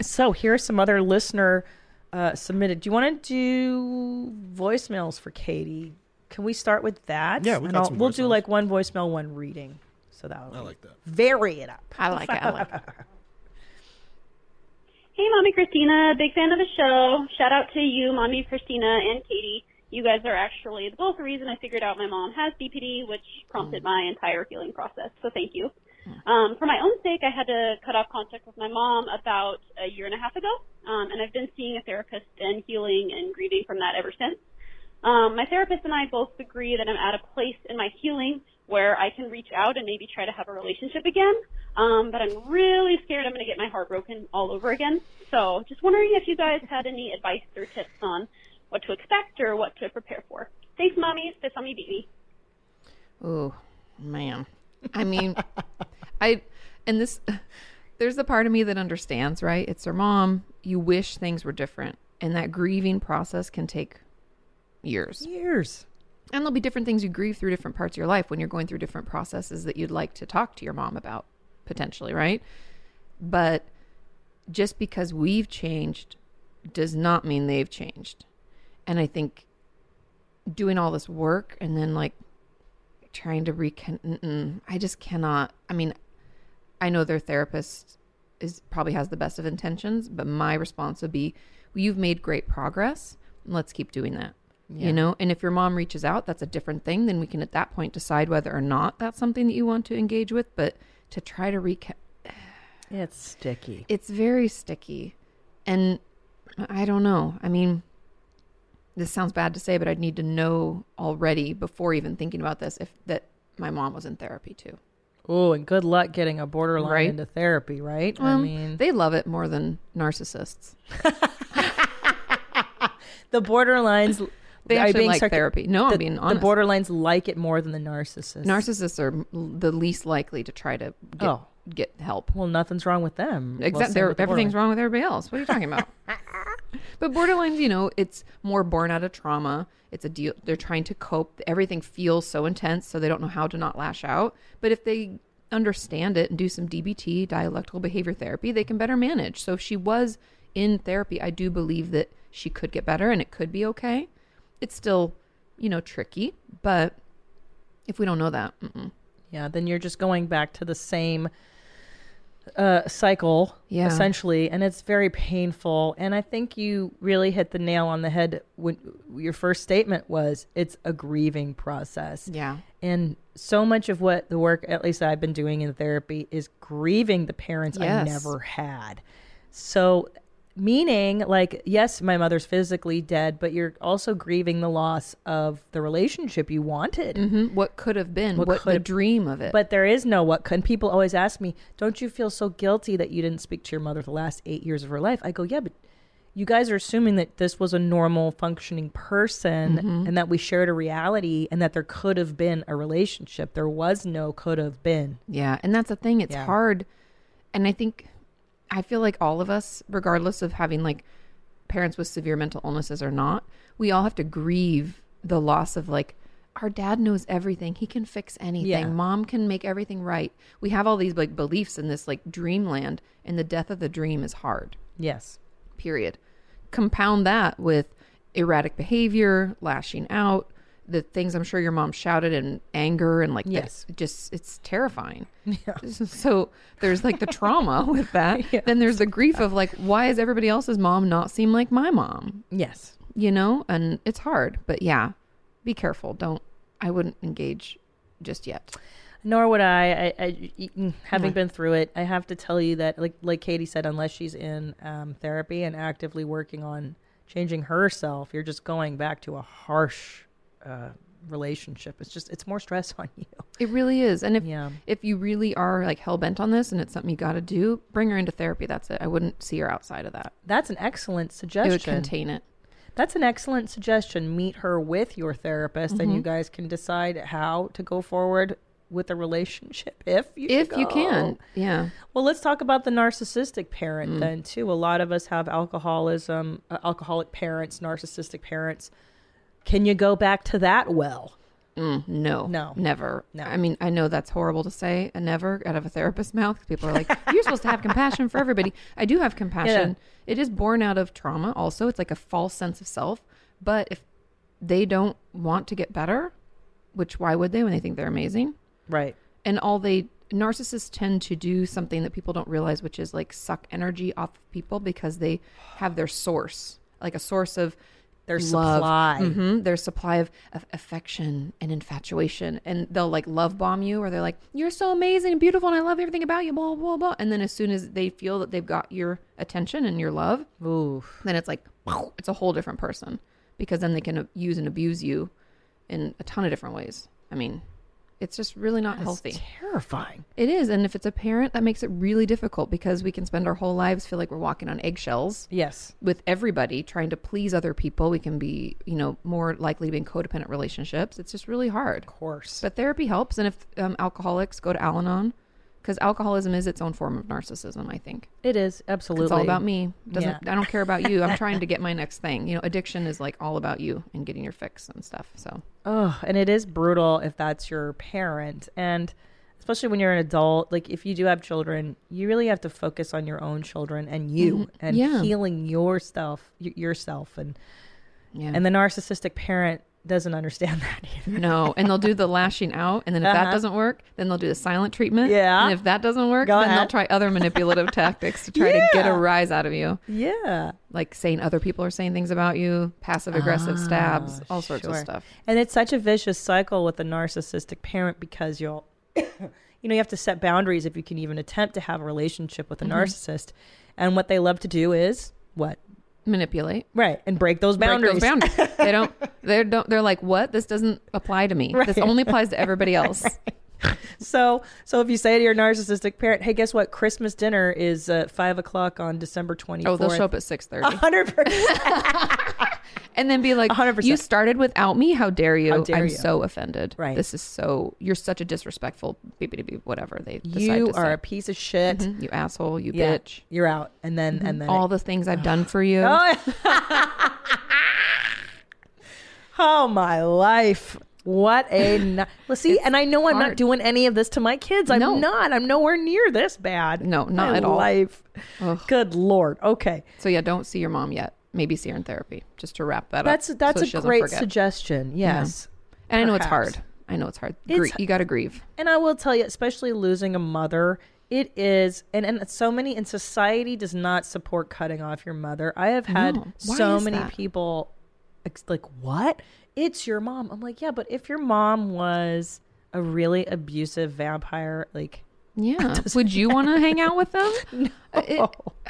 Speaker 4: So here's some other listener uh, submitted. Do you want to do voicemails for Katie? Can we start with that?
Speaker 1: Yeah, we
Speaker 4: And
Speaker 1: got
Speaker 4: I'll-
Speaker 1: some
Speaker 4: we'll do
Speaker 1: voicemails.
Speaker 4: like one voicemail, one reading. So that would
Speaker 1: I
Speaker 4: be-
Speaker 1: like that.
Speaker 4: vary it up.
Speaker 5: I like it. I like it.
Speaker 8: Hey, Mommy Christina, big fan of the show. Shout out to you, Mommy Christina and Katie. You guys are actually both the reason I figured out my mom has BPD, which prompted my entire healing process. So thank you. Um, for my own sake, I had to cut off contact with my mom about a year and a half ago, um, and I've been seeing a therapist and healing and grieving from that ever since. Um, my therapist and I both agree that I'm at a place in my healing where I can reach out and maybe try to have a relationship again. Um, but I'm really scared I'm going to get my heart broken all over again. So just wondering if you guys had any advice or tips on what to expect or what to prepare for. Thanks, mommy. This on me, beat me.
Speaker 5: Oh man. I mean, I and this there's the part of me that understands, right? It's her mom. You wish things were different, and that grieving process can take years.
Speaker 4: Years.
Speaker 5: And there'll be different things you grieve through different parts of your life when you're going through different processes that you'd like to talk to your mom about potentially, right? But just because we've changed does not mean they've changed. And I think doing all this work and then like trying to recon mm-mm. I just cannot. I mean, I know their therapist is probably has the best of intentions, but my response would be, well, "You've made great progress. Let's keep doing that." You know, and if your mom reaches out, that's a different thing. Then we can at that point decide whether or not that's something that you want to engage with. But to try to recon,
Speaker 4: It's sticky.
Speaker 5: it's very sticky, and I don't know. I mean. This sounds bad to say, but I'd need to know already before even thinking about this if that my mom was in therapy too.
Speaker 4: Oh, and good luck getting a borderline
Speaker 5: Right.
Speaker 4: into therapy, right? I
Speaker 5: Um,
Speaker 4: mean,
Speaker 5: they love it more than narcissists.
Speaker 4: the [laughs] borderlines
Speaker 5: They
Speaker 4: are
Speaker 5: actually
Speaker 4: being
Speaker 5: like
Speaker 4: sarca-
Speaker 5: therapy. No, I'm
Speaker 4: the,
Speaker 5: being
Speaker 4: The
Speaker 5: honest.
Speaker 4: borderlines like it more than the narcissists.
Speaker 5: Narcissists are l- the least likely to try to get,
Speaker 4: Oh.
Speaker 5: get help.
Speaker 4: well, nothing's wrong with them. Well,
Speaker 5: Except
Speaker 4: same
Speaker 5: they're
Speaker 4: with the
Speaker 5: everything's
Speaker 4: borderline.
Speaker 5: wrong with everybody else. What are you
Speaker 4: [laughs]
Speaker 5: talking about? but borderlines, you know, it's more born out of trauma. It's a deal. They're trying to cope. Everything feels so intense, so they don't know how to not lash out. But if they understand it and do some DBT, dialectical behavior therapy, they can better manage. So if she was in therapy, I do believe that she could get better and it could be okay. It's still, you know, tricky. But if we don't know that, mm-mm.
Speaker 4: Yeah, then you're just going back to the same uh, cycle,
Speaker 5: Yeah.
Speaker 4: essentially, and it's very painful. And I think you really hit the nail on the head when your first statement was it's a grieving process.
Speaker 5: Yeah.
Speaker 4: And so much of what the work, at least that I've been doing in therapy, is grieving the parents I
Speaker 5: Yes.
Speaker 4: never had. So, meaning, like, yes, my mother's physically dead, but you're also grieving the loss of the relationship you wanted.
Speaker 5: Mm-hmm. what could have been,
Speaker 4: What
Speaker 5: what,
Speaker 4: could
Speaker 5: the
Speaker 4: have-
Speaker 5: dream of it.
Speaker 4: But there is no what could. And people always ask me, don't you feel so guilty that you didn't speak to your mother the last eight years of her life? I go, yeah, but you guys are assuming that this was a normal functioning person and that we shared a reality and that there could have been a relationship. There was no could have been.
Speaker 5: Yeah, and that's the thing. It's
Speaker 4: Yeah.
Speaker 5: hard, and I think I feel like all of us, regardless of having like parents with severe mental illnesses or not, we all have to grieve the loss of like our dad knows everything. He can fix anything.
Speaker 4: Yeah.
Speaker 5: Mom can make everything right. We have all these like beliefs in this like dreamland, and the death of the dream is hard
Speaker 4: Yes.
Speaker 5: period. Compound that with erratic behavior, lashing out, the things I'm sure your mom shouted in anger and like that-
Speaker 4: Yes.
Speaker 5: just it's terrifying. [laughs] So there's like the trauma [laughs] with
Speaker 4: [laughs]
Speaker 5: that. Then there's the grief of like why is everybody else's mom not seem like my mom?
Speaker 4: Yes.
Speaker 5: You know? And it's hard, but yeah. Be careful. Don't I wouldn't engage just yet.
Speaker 4: Nor would I. I, I having
Speaker 5: Mm.
Speaker 4: been through it, I have to tell you that, like like Katie said, unless she's in um, therapy and actively working on changing herself, you're just going back to a harsh uh, relationship. It's just it's more stress [laughs] on you.
Speaker 5: It really is. And if
Speaker 4: Yeah.
Speaker 5: if you really are like hell bent on this and it's something you got to do, bring her into therapy. That's it. I wouldn't see her outside of that.
Speaker 4: That's an excellent
Speaker 5: It would
Speaker 4: suggestion.
Speaker 5: contain it.
Speaker 4: That's an excellent suggestion. Meet her with your therapist, and you
Speaker 5: Mm-hmm.
Speaker 4: guys can decide how to go forward with a relationship [laughs] if you should
Speaker 5: if you
Speaker 4: go.
Speaker 5: can yeah
Speaker 4: Well, let's talk about the narcissistic
Speaker 5: Mm.
Speaker 4: parent then too. A lot of us have alcoholism, uh, alcoholic parents, narcissistic parents. Can you go back to that well?
Speaker 5: no
Speaker 4: No.
Speaker 5: never
Speaker 4: No.
Speaker 5: i mean i know that's horrible to say a never out of a therapist's mouth 'cause people are like you're supposed to have compassion for everybody i do have compassion it is born out of trauma also it's like a false sense of self but if they don't want to get better which why would they when they think they're amazing
Speaker 4: Right.
Speaker 5: and all they narcissists tend to do something that people don't realize which is like suck energy off of people because they have their source like a source of
Speaker 4: Their
Speaker 5: love.
Speaker 4: supply.
Speaker 5: Mhm. their supply of, of affection and infatuation and they'll like love bomb you or they're like you're so amazing and beautiful and i love everything about you blah blah blah and then as soon as they feel that they've got your attention and your love
Speaker 4: Ooh.
Speaker 5: then it's like [laughs] wow, it's a whole different person because then they can uh, use and abuse you in a ton of different ways i mean it's just really not healthy
Speaker 4: Terrifying.
Speaker 5: it is. And if it's a parent, that makes it really difficult because we can spend our whole lives feel like we're walking on eggshells
Speaker 4: Yes.
Speaker 5: with everybody trying to please other people. We can be, you know, more likely to be in codependent relationships. It's just really hard.
Speaker 4: Of course.
Speaker 5: But therapy helps. And if um, alcoholics go to Al Anon, because alcoholism is its own form of narcissism, I think.
Speaker 4: It is absolutely.
Speaker 5: It's all about me. Doesn't
Speaker 4: Yeah.
Speaker 5: I don't care
Speaker 4: [laughs]
Speaker 5: about you. I'm trying to get my next thing. You know, addiction is like all about you and getting your fix and stuff. So
Speaker 4: Oh, and it is brutal if that's your parent. And especially when you're an adult, like if you do have children, you really have to focus on your own children and you and
Speaker 5: Mm-hmm. Yeah.
Speaker 4: healing yourself, y- yourself. And,
Speaker 5: yeah.
Speaker 4: and the narcissistic parent doesn't understand [laughs] that either.
Speaker 5: No, and they'll do the lashing out, and then if
Speaker 4: Uh-huh.
Speaker 5: that doesn't work, then they'll do the silent treatment.
Speaker 4: Yeah.
Speaker 5: and if that doesn't work,
Speaker 4: Go
Speaker 5: then
Speaker 4: ahead.
Speaker 5: they'll try
Speaker 4: [laughs]
Speaker 5: other manipulative tactics to try to get a
Speaker 4: Yeah.
Speaker 5: rise out of you,
Speaker 4: Yeah.
Speaker 5: like saying other people are saying things about you, passive aggressive stabs, all sorts of
Speaker 4: Ah, Sure.
Speaker 5: stuff.
Speaker 4: And it's such a vicious cycle with a narcissistic parent because you'll, [coughs] you know, you have to set boundaries if you can even attempt to have a relationship with a
Speaker 5: Mm-hmm.
Speaker 4: narcissist. And what they love to do is what?
Speaker 5: Manipulate.
Speaker 4: Right. And break those
Speaker 5: Break
Speaker 4: boundaries.
Speaker 5: those boundaries. they don't. They don't. They're like, what? This doesn't apply to me. This
Speaker 4: Right.
Speaker 5: only applies to
Speaker 4: [laughs]
Speaker 5: everybody else.
Speaker 4: [laughs] So, so if you say to your narcissistic parent, "Hey, guess what? Christmas dinner is uh, five o'clock on December 24th. [laughs]
Speaker 5: Oh, they'll show up at six thirty.
Speaker 4: hundred percent.
Speaker 5: and then be like,
Speaker 4: 100%.
Speaker 5: you started without me. How dare you?
Speaker 4: How dare
Speaker 5: I'm
Speaker 4: you."
Speaker 5: so offended.
Speaker 4: Right.
Speaker 5: This is so, you're such a disrespectful, beep, beep, beep, whatever they decide
Speaker 4: You
Speaker 5: to
Speaker 4: are
Speaker 5: say.
Speaker 4: a piece of shit.
Speaker 5: Mm-hmm. You asshole, you
Speaker 4: Yeah,
Speaker 5: bitch. Mm-hmm.
Speaker 4: You're out. And then and then
Speaker 5: All the things I've done for you.
Speaker 4: [sighs] Oh, [laughs] oh my life. What a n- well, see, and I know I'm not
Speaker 5: hard.
Speaker 4: doing any of this to my kids. I'm
Speaker 5: No.
Speaker 4: not. I'm nowhere near this bad.
Speaker 5: No, not
Speaker 4: My
Speaker 5: at all.
Speaker 4: Life. Good lord. Okay,
Speaker 5: So yeah, don't see your mom yet. Maybe see her in therapy. Just to wrap that
Speaker 4: that's
Speaker 5: up.
Speaker 4: that's
Speaker 5: so she
Speaker 4: a
Speaker 5: doesn't
Speaker 4: great
Speaker 5: forget.
Speaker 4: suggestion. Yes,
Speaker 5: And I know it's
Speaker 4: perhaps.
Speaker 5: hard. I know it's hard.
Speaker 4: It's-
Speaker 5: Grie- you got
Speaker 4: [laughs]
Speaker 5: to grieve.
Speaker 4: and I will tell you, especially losing a mother, it is, and and so many, and society does not support cutting off your mother. I have had
Speaker 5: No. Why
Speaker 4: so
Speaker 5: is
Speaker 4: many
Speaker 5: that?
Speaker 4: people ex- like, "What? It's your mom." I'm like, "Yeah, but if your mom was a really abusive vampire, like,
Speaker 5: Yeah. Would you want to hang out
Speaker 4: [laughs]
Speaker 5: with them? Uh, it-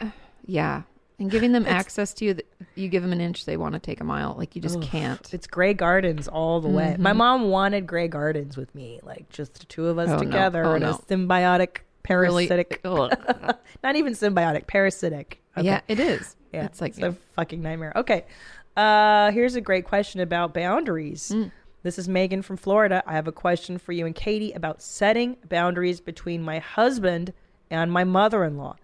Speaker 5: uh, yeah. And giving them access to you, th- you give them an inch, they want to take a mile. Like you just can't.
Speaker 4: it's Grey Gardens all the way." My mom wanted Grey Gardens with me, like just the two of us
Speaker 5: Mm-hmm. Oh, no.
Speaker 4: together
Speaker 5: Oh,
Speaker 4: in a
Speaker 5: no.
Speaker 4: symbiotic,
Speaker 5: Really-
Speaker 4: parasitic, [laughs]
Speaker 5: Ugh.
Speaker 4: not even symbiotic, parasitic. Okay.
Speaker 5: Yeah, it is.
Speaker 4: Yeah,
Speaker 5: It's like
Speaker 4: a fucking nightmare. Okay, uh, here's a great question about boundaries. This is Megan from Florida. I have a question for you and Katie about setting boundaries between my husband and my mother-in-law.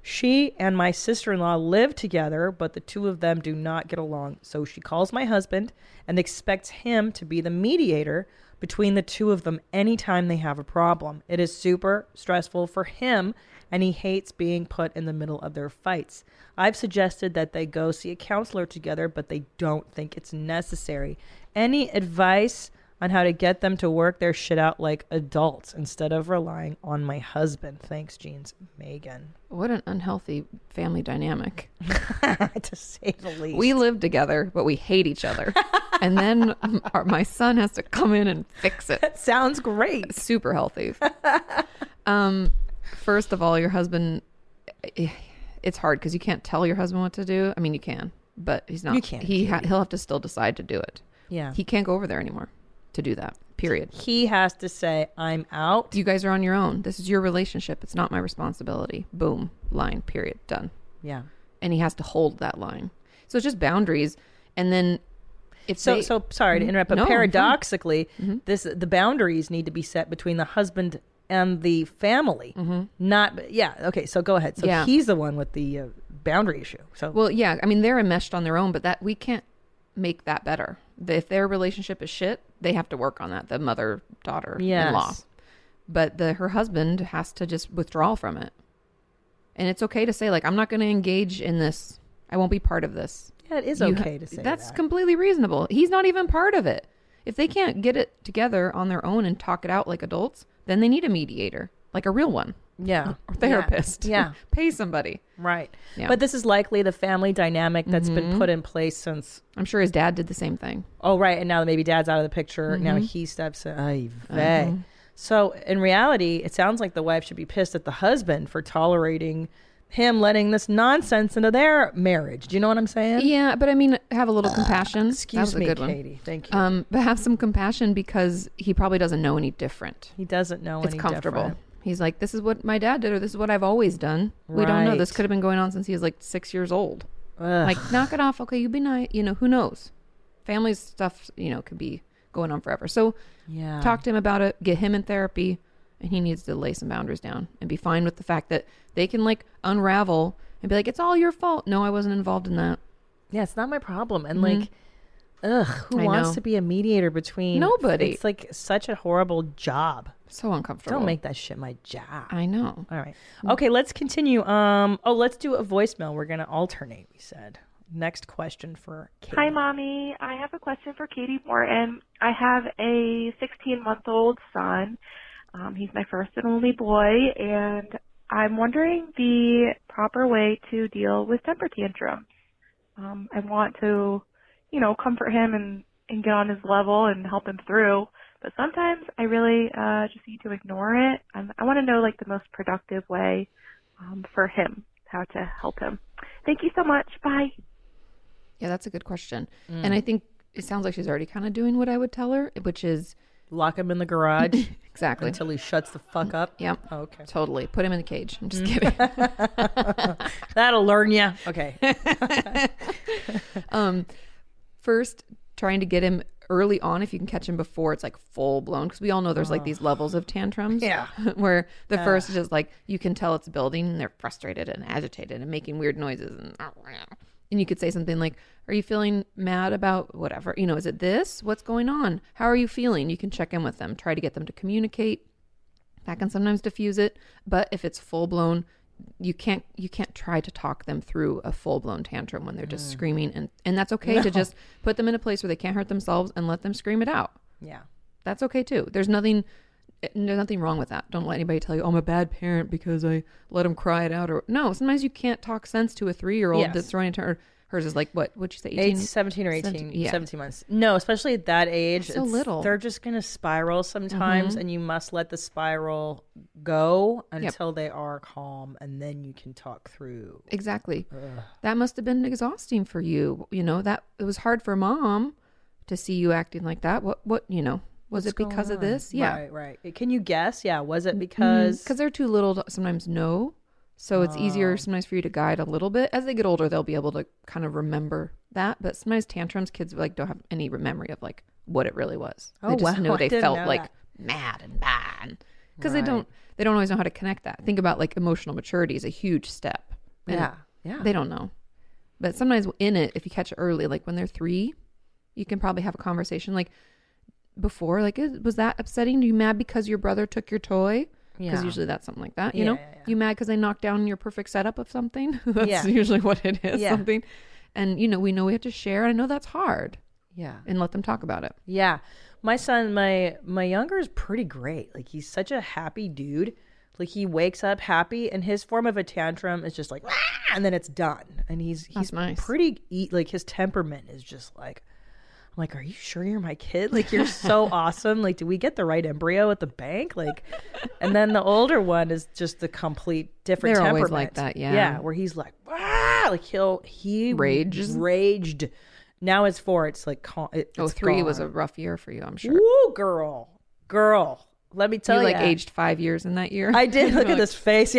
Speaker 4: She and my sister-in-law live together, but the two of them do not get along. So she calls my husband and expects him to be the mediator between the two of them anytime they have a problem. It is super stressful for him, and he hates being put in the middle of their fights. I've suggested that they go see a counselor together, but they don't think it's necessary. Any advice on how to get them to work their shit out like adults instead of relying on my husband? Thanks, Jeans. Megan. [laughs]
Speaker 5: what an unhealthy family dynamic.
Speaker 4: to say the least.
Speaker 5: We live together, but we hate
Speaker 4: [laughs]
Speaker 5: each other. and then um, our, my son has to come in and fix it.
Speaker 4: Sounds great.
Speaker 5: super healthy. um, first of all, your husband, eh, it's hard because you can't tell your husband what to do. I mean, you can, but he's not.
Speaker 4: You can't,
Speaker 5: He ha- he'll have to still decide to do it.
Speaker 4: Yeah.
Speaker 5: He can't go over there anymore to do that. Period.
Speaker 4: He has to say, I'm out.
Speaker 5: You guys are on your own. This is your relationship. It's not my responsibility. Boom. Line. Period. Done.
Speaker 4: Yeah.
Speaker 5: And he has to hold that line. So it's just boundaries. And then if
Speaker 4: So,
Speaker 5: they- Mm-hmm.
Speaker 4: so sorry to interrupt, but
Speaker 5: No, I'm fine. Mm-hmm.
Speaker 4: paradoxically, this the boundaries need to be set between the husband and the family. Not, yeah, okay. So go ahead. So
Speaker 5: Mm-hmm. Yeah.
Speaker 4: he's the one with the uh, boundary issue. So
Speaker 5: Well, yeah, I mean they're enmeshed on their own, but that we can't make that better. The- If their relationship is shit, they have to work on that. The mother daughter in law,
Speaker 4: Yes.
Speaker 5: but the her husband has to just withdraw from it, and it's okay to say like I'm not going to engage in this. I won't be part of this.
Speaker 4: yeah, it is
Speaker 5: You ha-
Speaker 4: okay to say
Speaker 5: that's
Speaker 4: that.
Speaker 5: completely reasonable. He's not even part of it. If they can't get it together on their own and talk it out like adults, then they need a mediator, like a real one
Speaker 4: yeah.
Speaker 5: or therapist. [laughs]
Speaker 4: Yeah.
Speaker 5: pay somebody.
Speaker 4: Right.
Speaker 5: Yeah. Mm-hmm.
Speaker 4: But this is likely the family dynamic that's been put in place since,
Speaker 5: I'm sure his dad did the same thing.
Speaker 4: oh, right. And now that maybe dad's out of the picture, now
Speaker 5: Mm-hmm.
Speaker 4: he steps in. Ay vey. So in reality, it sounds like the wife should be pissed at the husband for tolerating him letting this nonsense into their marriage. Do you know what I'm saying?
Speaker 5: Yeah, but I mean, have a little compassion. that
Speaker 4: Ah, Excuse
Speaker 5: was
Speaker 4: me,
Speaker 5: a good
Speaker 4: Katie.
Speaker 5: one.
Speaker 4: Thank you.
Speaker 5: Um, but have some compassion because he probably doesn't know any different.
Speaker 4: he doesn't know
Speaker 5: It's
Speaker 4: any
Speaker 5: comfortable.
Speaker 4: different.
Speaker 5: He's like, this is what my dad did, or this is what I've always done. We don't know. This
Speaker 4: Right.
Speaker 5: could have been going on since he was like six years old. Like, knock it off. Okay, you be nice. You know, who knows? Family stuff, you know, could be going on forever. So,
Speaker 4: Yeah.
Speaker 5: talk to him about it. Get him in therapy, and he needs to lay some boundaries down and be fine with the fact that they can like unravel and be like, it's all your fault. No, I wasn't involved in that.
Speaker 4: Yeah, it's not my problem. And like, ugh, who
Speaker 5: Mm-hmm. I
Speaker 4: wants
Speaker 5: know.
Speaker 4: to be a mediator between
Speaker 5: Nobody.
Speaker 4: It's like such a horrible job.
Speaker 5: So uncomfortable.
Speaker 4: Don't make that shit my job.
Speaker 5: I know.
Speaker 4: All right.
Speaker 5: Hmm.
Speaker 4: Okay, let's continue. Um. Oh, let's do a voicemail. We're gonna alternate. We said. Next question for Kate.
Speaker 9: Hi, Mommy. I have a question for Katie Morton. I have a 16 month old son. Um, he's my first and only boy, and I'm wondering the proper way to deal with temper tantrums. Um, I want to, you know, comfort him and, and get on his level and help him through. But sometimes I really uh, just need to ignore it. Um, I want to know like the most productive way um, for him, how to help him. Thank you so much. Bye.
Speaker 5: Yeah, that's a good question.
Speaker 4: Mm.
Speaker 5: And I think it sounds like she's already kind of doing what I would tell her, which is
Speaker 4: Lock him in the garage
Speaker 5: [laughs] exactly.
Speaker 4: until he shuts the fuck up.
Speaker 5: yeah.
Speaker 4: Okay. Mm.
Speaker 5: Totally. Put him in the cage. I'm just kidding.
Speaker 4: [laughs]
Speaker 5: [laughs]
Speaker 4: That'll learn you. Okay.
Speaker 5: first trying to get him early on if you can catch him before it's like full blown because we all know there's like these levels of tantrums
Speaker 4: Yeah.
Speaker 5: [laughs] where the
Speaker 4: Ugh.
Speaker 5: first is just like you can tell it's building and they're frustrated and agitated and making weird noises and and you could say something like are you feeling mad about whatever you know is it this what's going on how are you feeling you can check in with them try to get them to communicate that can sometimes diffuse it but if it's full blown you can't you can't try to talk them through a full blown tantrum when they're just screaming and and that's okay
Speaker 4: Mm. No.
Speaker 5: to just put them in a place where they can't hurt themselves and let them scream it out
Speaker 4: Yeah.
Speaker 5: that's okay too there's nothing eh, there's nothing wrong with that don't let anybody tell you oh, i'm a bad parent because i let them cry it out or no sometimes you can't talk sense to a three year old
Speaker 4: Yes.
Speaker 5: that's trying to or hers is like what would you say 18
Speaker 4: Eight, 17 or 18, 17,
Speaker 5: yeah.
Speaker 4: months. No, especially at that age.
Speaker 5: so little.
Speaker 4: They're just going to spiral sometimes,
Speaker 5: Mhm.
Speaker 4: and you must let the spiral go
Speaker 5: Yep.
Speaker 4: until they are calm, and then you can talk through.
Speaker 5: Exactly. That must have been exhausting for you. You know, that it was hard for mom to see you acting like that. What what, you know, was
Speaker 4: What's
Speaker 5: it because
Speaker 4: going
Speaker 5: of
Speaker 4: on?
Speaker 5: this? Yeah. Mm-hmm.
Speaker 4: Right, right. Can you guess? Yeah. Was it because.
Speaker 5: Because they're too little to sometimes know. So it's easier sometimes for you to guide a little bit. As they get older, they'll be able to kind of remember that. But sometimes tantrums, kids like don't have any memory of like what it really was.
Speaker 4: Oh,
Speaker 5: they just
Speaker 4: wow.
Speaker 5: know
Speaker 4: I
Speaker 5: they
Speaker 4: didn't
Speaker 5: felt
Speaker 4: know
Speaker 5: like
Speaker 4: that.
Speaker 5: mad and bad because
Speaker 4: Right.
Speaker 5: they don't they don't always know how to connect that. Think about like emotional maturity is a huge step. And
Speaker 4: Yeah, yeah.
Speaker 5: They don't know, but sometimes in it, if you catch it early, like when they're three, you can probably have a conversation like before, like "Is- was that upsetting? Are you mad because your brother took your toy? Because
Speaker 4: Yeah.
Speaker 5: usually that's something like that. You
Speaker 4: Yeah,
Speaker 5: know,
Speaker 4: yeah,
Speaker 5: you mad because I knocked down your perfect setup of something. [laughs] that's
Speaker 4: Yeah.
Speaker 5: usually what it is.
Speaker 4: Yeah.
Speaker 5: Something, and you know, we know we have to share. I know that's hard,
Speaker 4: Yeah.
Speaker 5: and let them talk about it.
Speaker 4: Yeah. My son, my my younger is pretty great. Like he's such a happy dude. Like he wakes up happy and his form of a tantrum is just like "Ah," and then it's done. And he's he's
Speaker 5: That's nice.
Speaker 4: pretty eat like his temperament is just like I'm like, "Are you sure you're my kid? Like you're
Speaker 5: [laughs]
Speaker 4: so awesome. Like do we get the right embryo at the bank?" Like and then the older one is just the complete different
Speaker 5: They're always
Speaker 4: temperament.
Speaker 5: like that, yeah.
Speaker 4: Yeah, where he's like, "Ah," like he'll he
Speaker 5: Rages?
Speaker 4: raged. Now it's four. It's like cal- it,
Speaker 5: Oh,
Speaker 4: it's
Speaker 5: three was
Speaker 4: gone. Mm,
Speaker 5: a rough year for you, I'm sure.
Speaker 4: Woo, girl, girl. Let me tell
Speaker 5: you
Speaker 4: you,
Speaker 5: like aged five years in that year.
Speaker 4: I
Speaker 5: [laughs]
Speaker 4: did. Look at this face.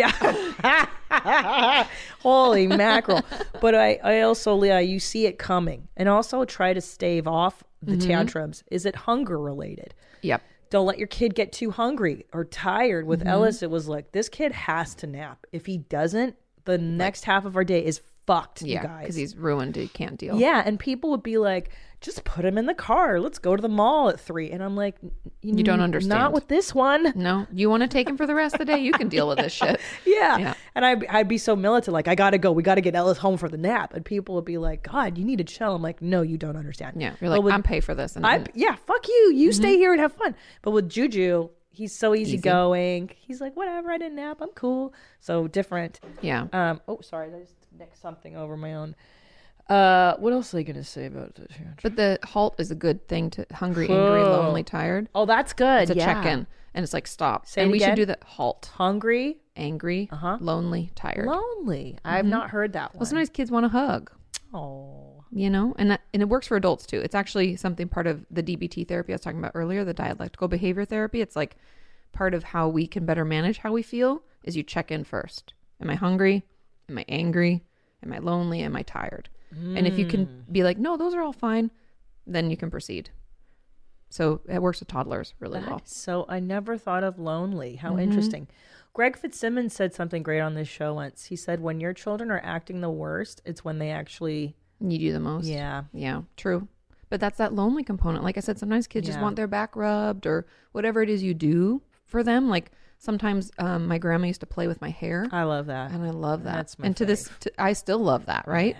Speaker 4: Yeah. [laughs] Holy mackerel. But I, I also, Leah, you see it coming, and also try to stave off the
Speaker 5: Mhm.
Speaker 4: tantrums. Is it hunger related?
Speaker 5: Yep.
Speaker 4: Don't let your kid get too hungry or tired. With
Speaker 5: Mhm.
Speaker 4: Ellis, it was like this kid has to nap. If he doesn't, the next half of our day is fucked. you
Speaker 5: Yeah,
Speaker 4: guys.
Speaker 5: because he's ruined. He can't deal.
Speaker 4: Yeah, and people would be like, "Just put him in the car. Let's go to the mall at 3. And I'm like,
Speaker 5: You don't
Speaker 4: "N- Not
Speaker 5: understand."
Speaker 4: with this one. [laughs]
Speaker 5: No, you want to take him for the rest of the day. You can deal with this shit.
Speaker 4: Yeah.
Speaker 5: Yeah.
Speaker 4: And I'd, I'd be so militant, like, I got to go. We got to get Ellis home for the nap. And people would be like, God, you need to chill. I'm like, no, you don't understand.
Speaker 5: Yeah,
Speaker 4: But
Speaker 5: you're like,
Speaker 4: with-
Speaker 5: I'm Mm-hmm. pay for this, and
Speaker 4: I, yeah, fuck you. You stay here and have fun. But with Juju, he's so easygoing. He's like, whatever, I didn't nap. I'm cool. So different.
Speaker 5: Yeah.
Speaker 4: Um. Oh, sorry. I just nicked something over my own. Uh, what else are they going to say about this?
Speaker 5: But the halt is a good thing to hungry, angry,
Speaker 4: Cool.
Speaker 5: lonely, tired.
Speaker 4: Oh, that's good.
Speaker 5: It's a
Speaker 4: yeah.
Speaker 5: check in, and it's like stop.
Speaker 4: Say
Speaker 5: and
Speaker 4: it
Speaker 5: we
Speaker 4: again.
Speaker 5: should do the halt,
Speaker 4: Hungry,
Speaker 5: angry,
Speaker 4: uh-huh.
Speaker 5: lonely, tired.
Speaker 4: lonely. I've
Speaker 5: Mhm.
Speaker 4: not heard that one.
Speaker 5: Well, sometimes kids want a hug,
Speaker 4: oh,
Speaker 5: you know, and that, and it works for adults too. It's actually something part of the DBT therapy I was talking about earlier, the dialectical behavior therapy. It's like part of how we can better manage how we feel is you check in first. Am I hungry? Am I angry? Am I lonely? Am I tired? And if you can be like, no, those are all fine, then you can proceed. So it works with toddlers really well.
Speaker 4: That is so I never thought of lonely.
Speaker 5: Mm-hmm.
Speaker 4: How interesting. Greg Fitzsimmons said something great on this show once. He said, "When your children are acting the worst, it's when they actually
Speaker 5: need you the most.
Speaker 4: Yeah.
Speaker 5: Yeah. True. But that's that lonely component. Like I said, sometimes kids just
Speaker 4: Yeah.
Speaker 5: want their back rubbed or whatever it is you do for them. Like sometimes um, my grandma used to play with my hair.
Speaker 4: I love that.
Speaker 5: and I love that.
Speaker 4: Uh, That's my
Speaker 5: and to this, to, I still love that, right?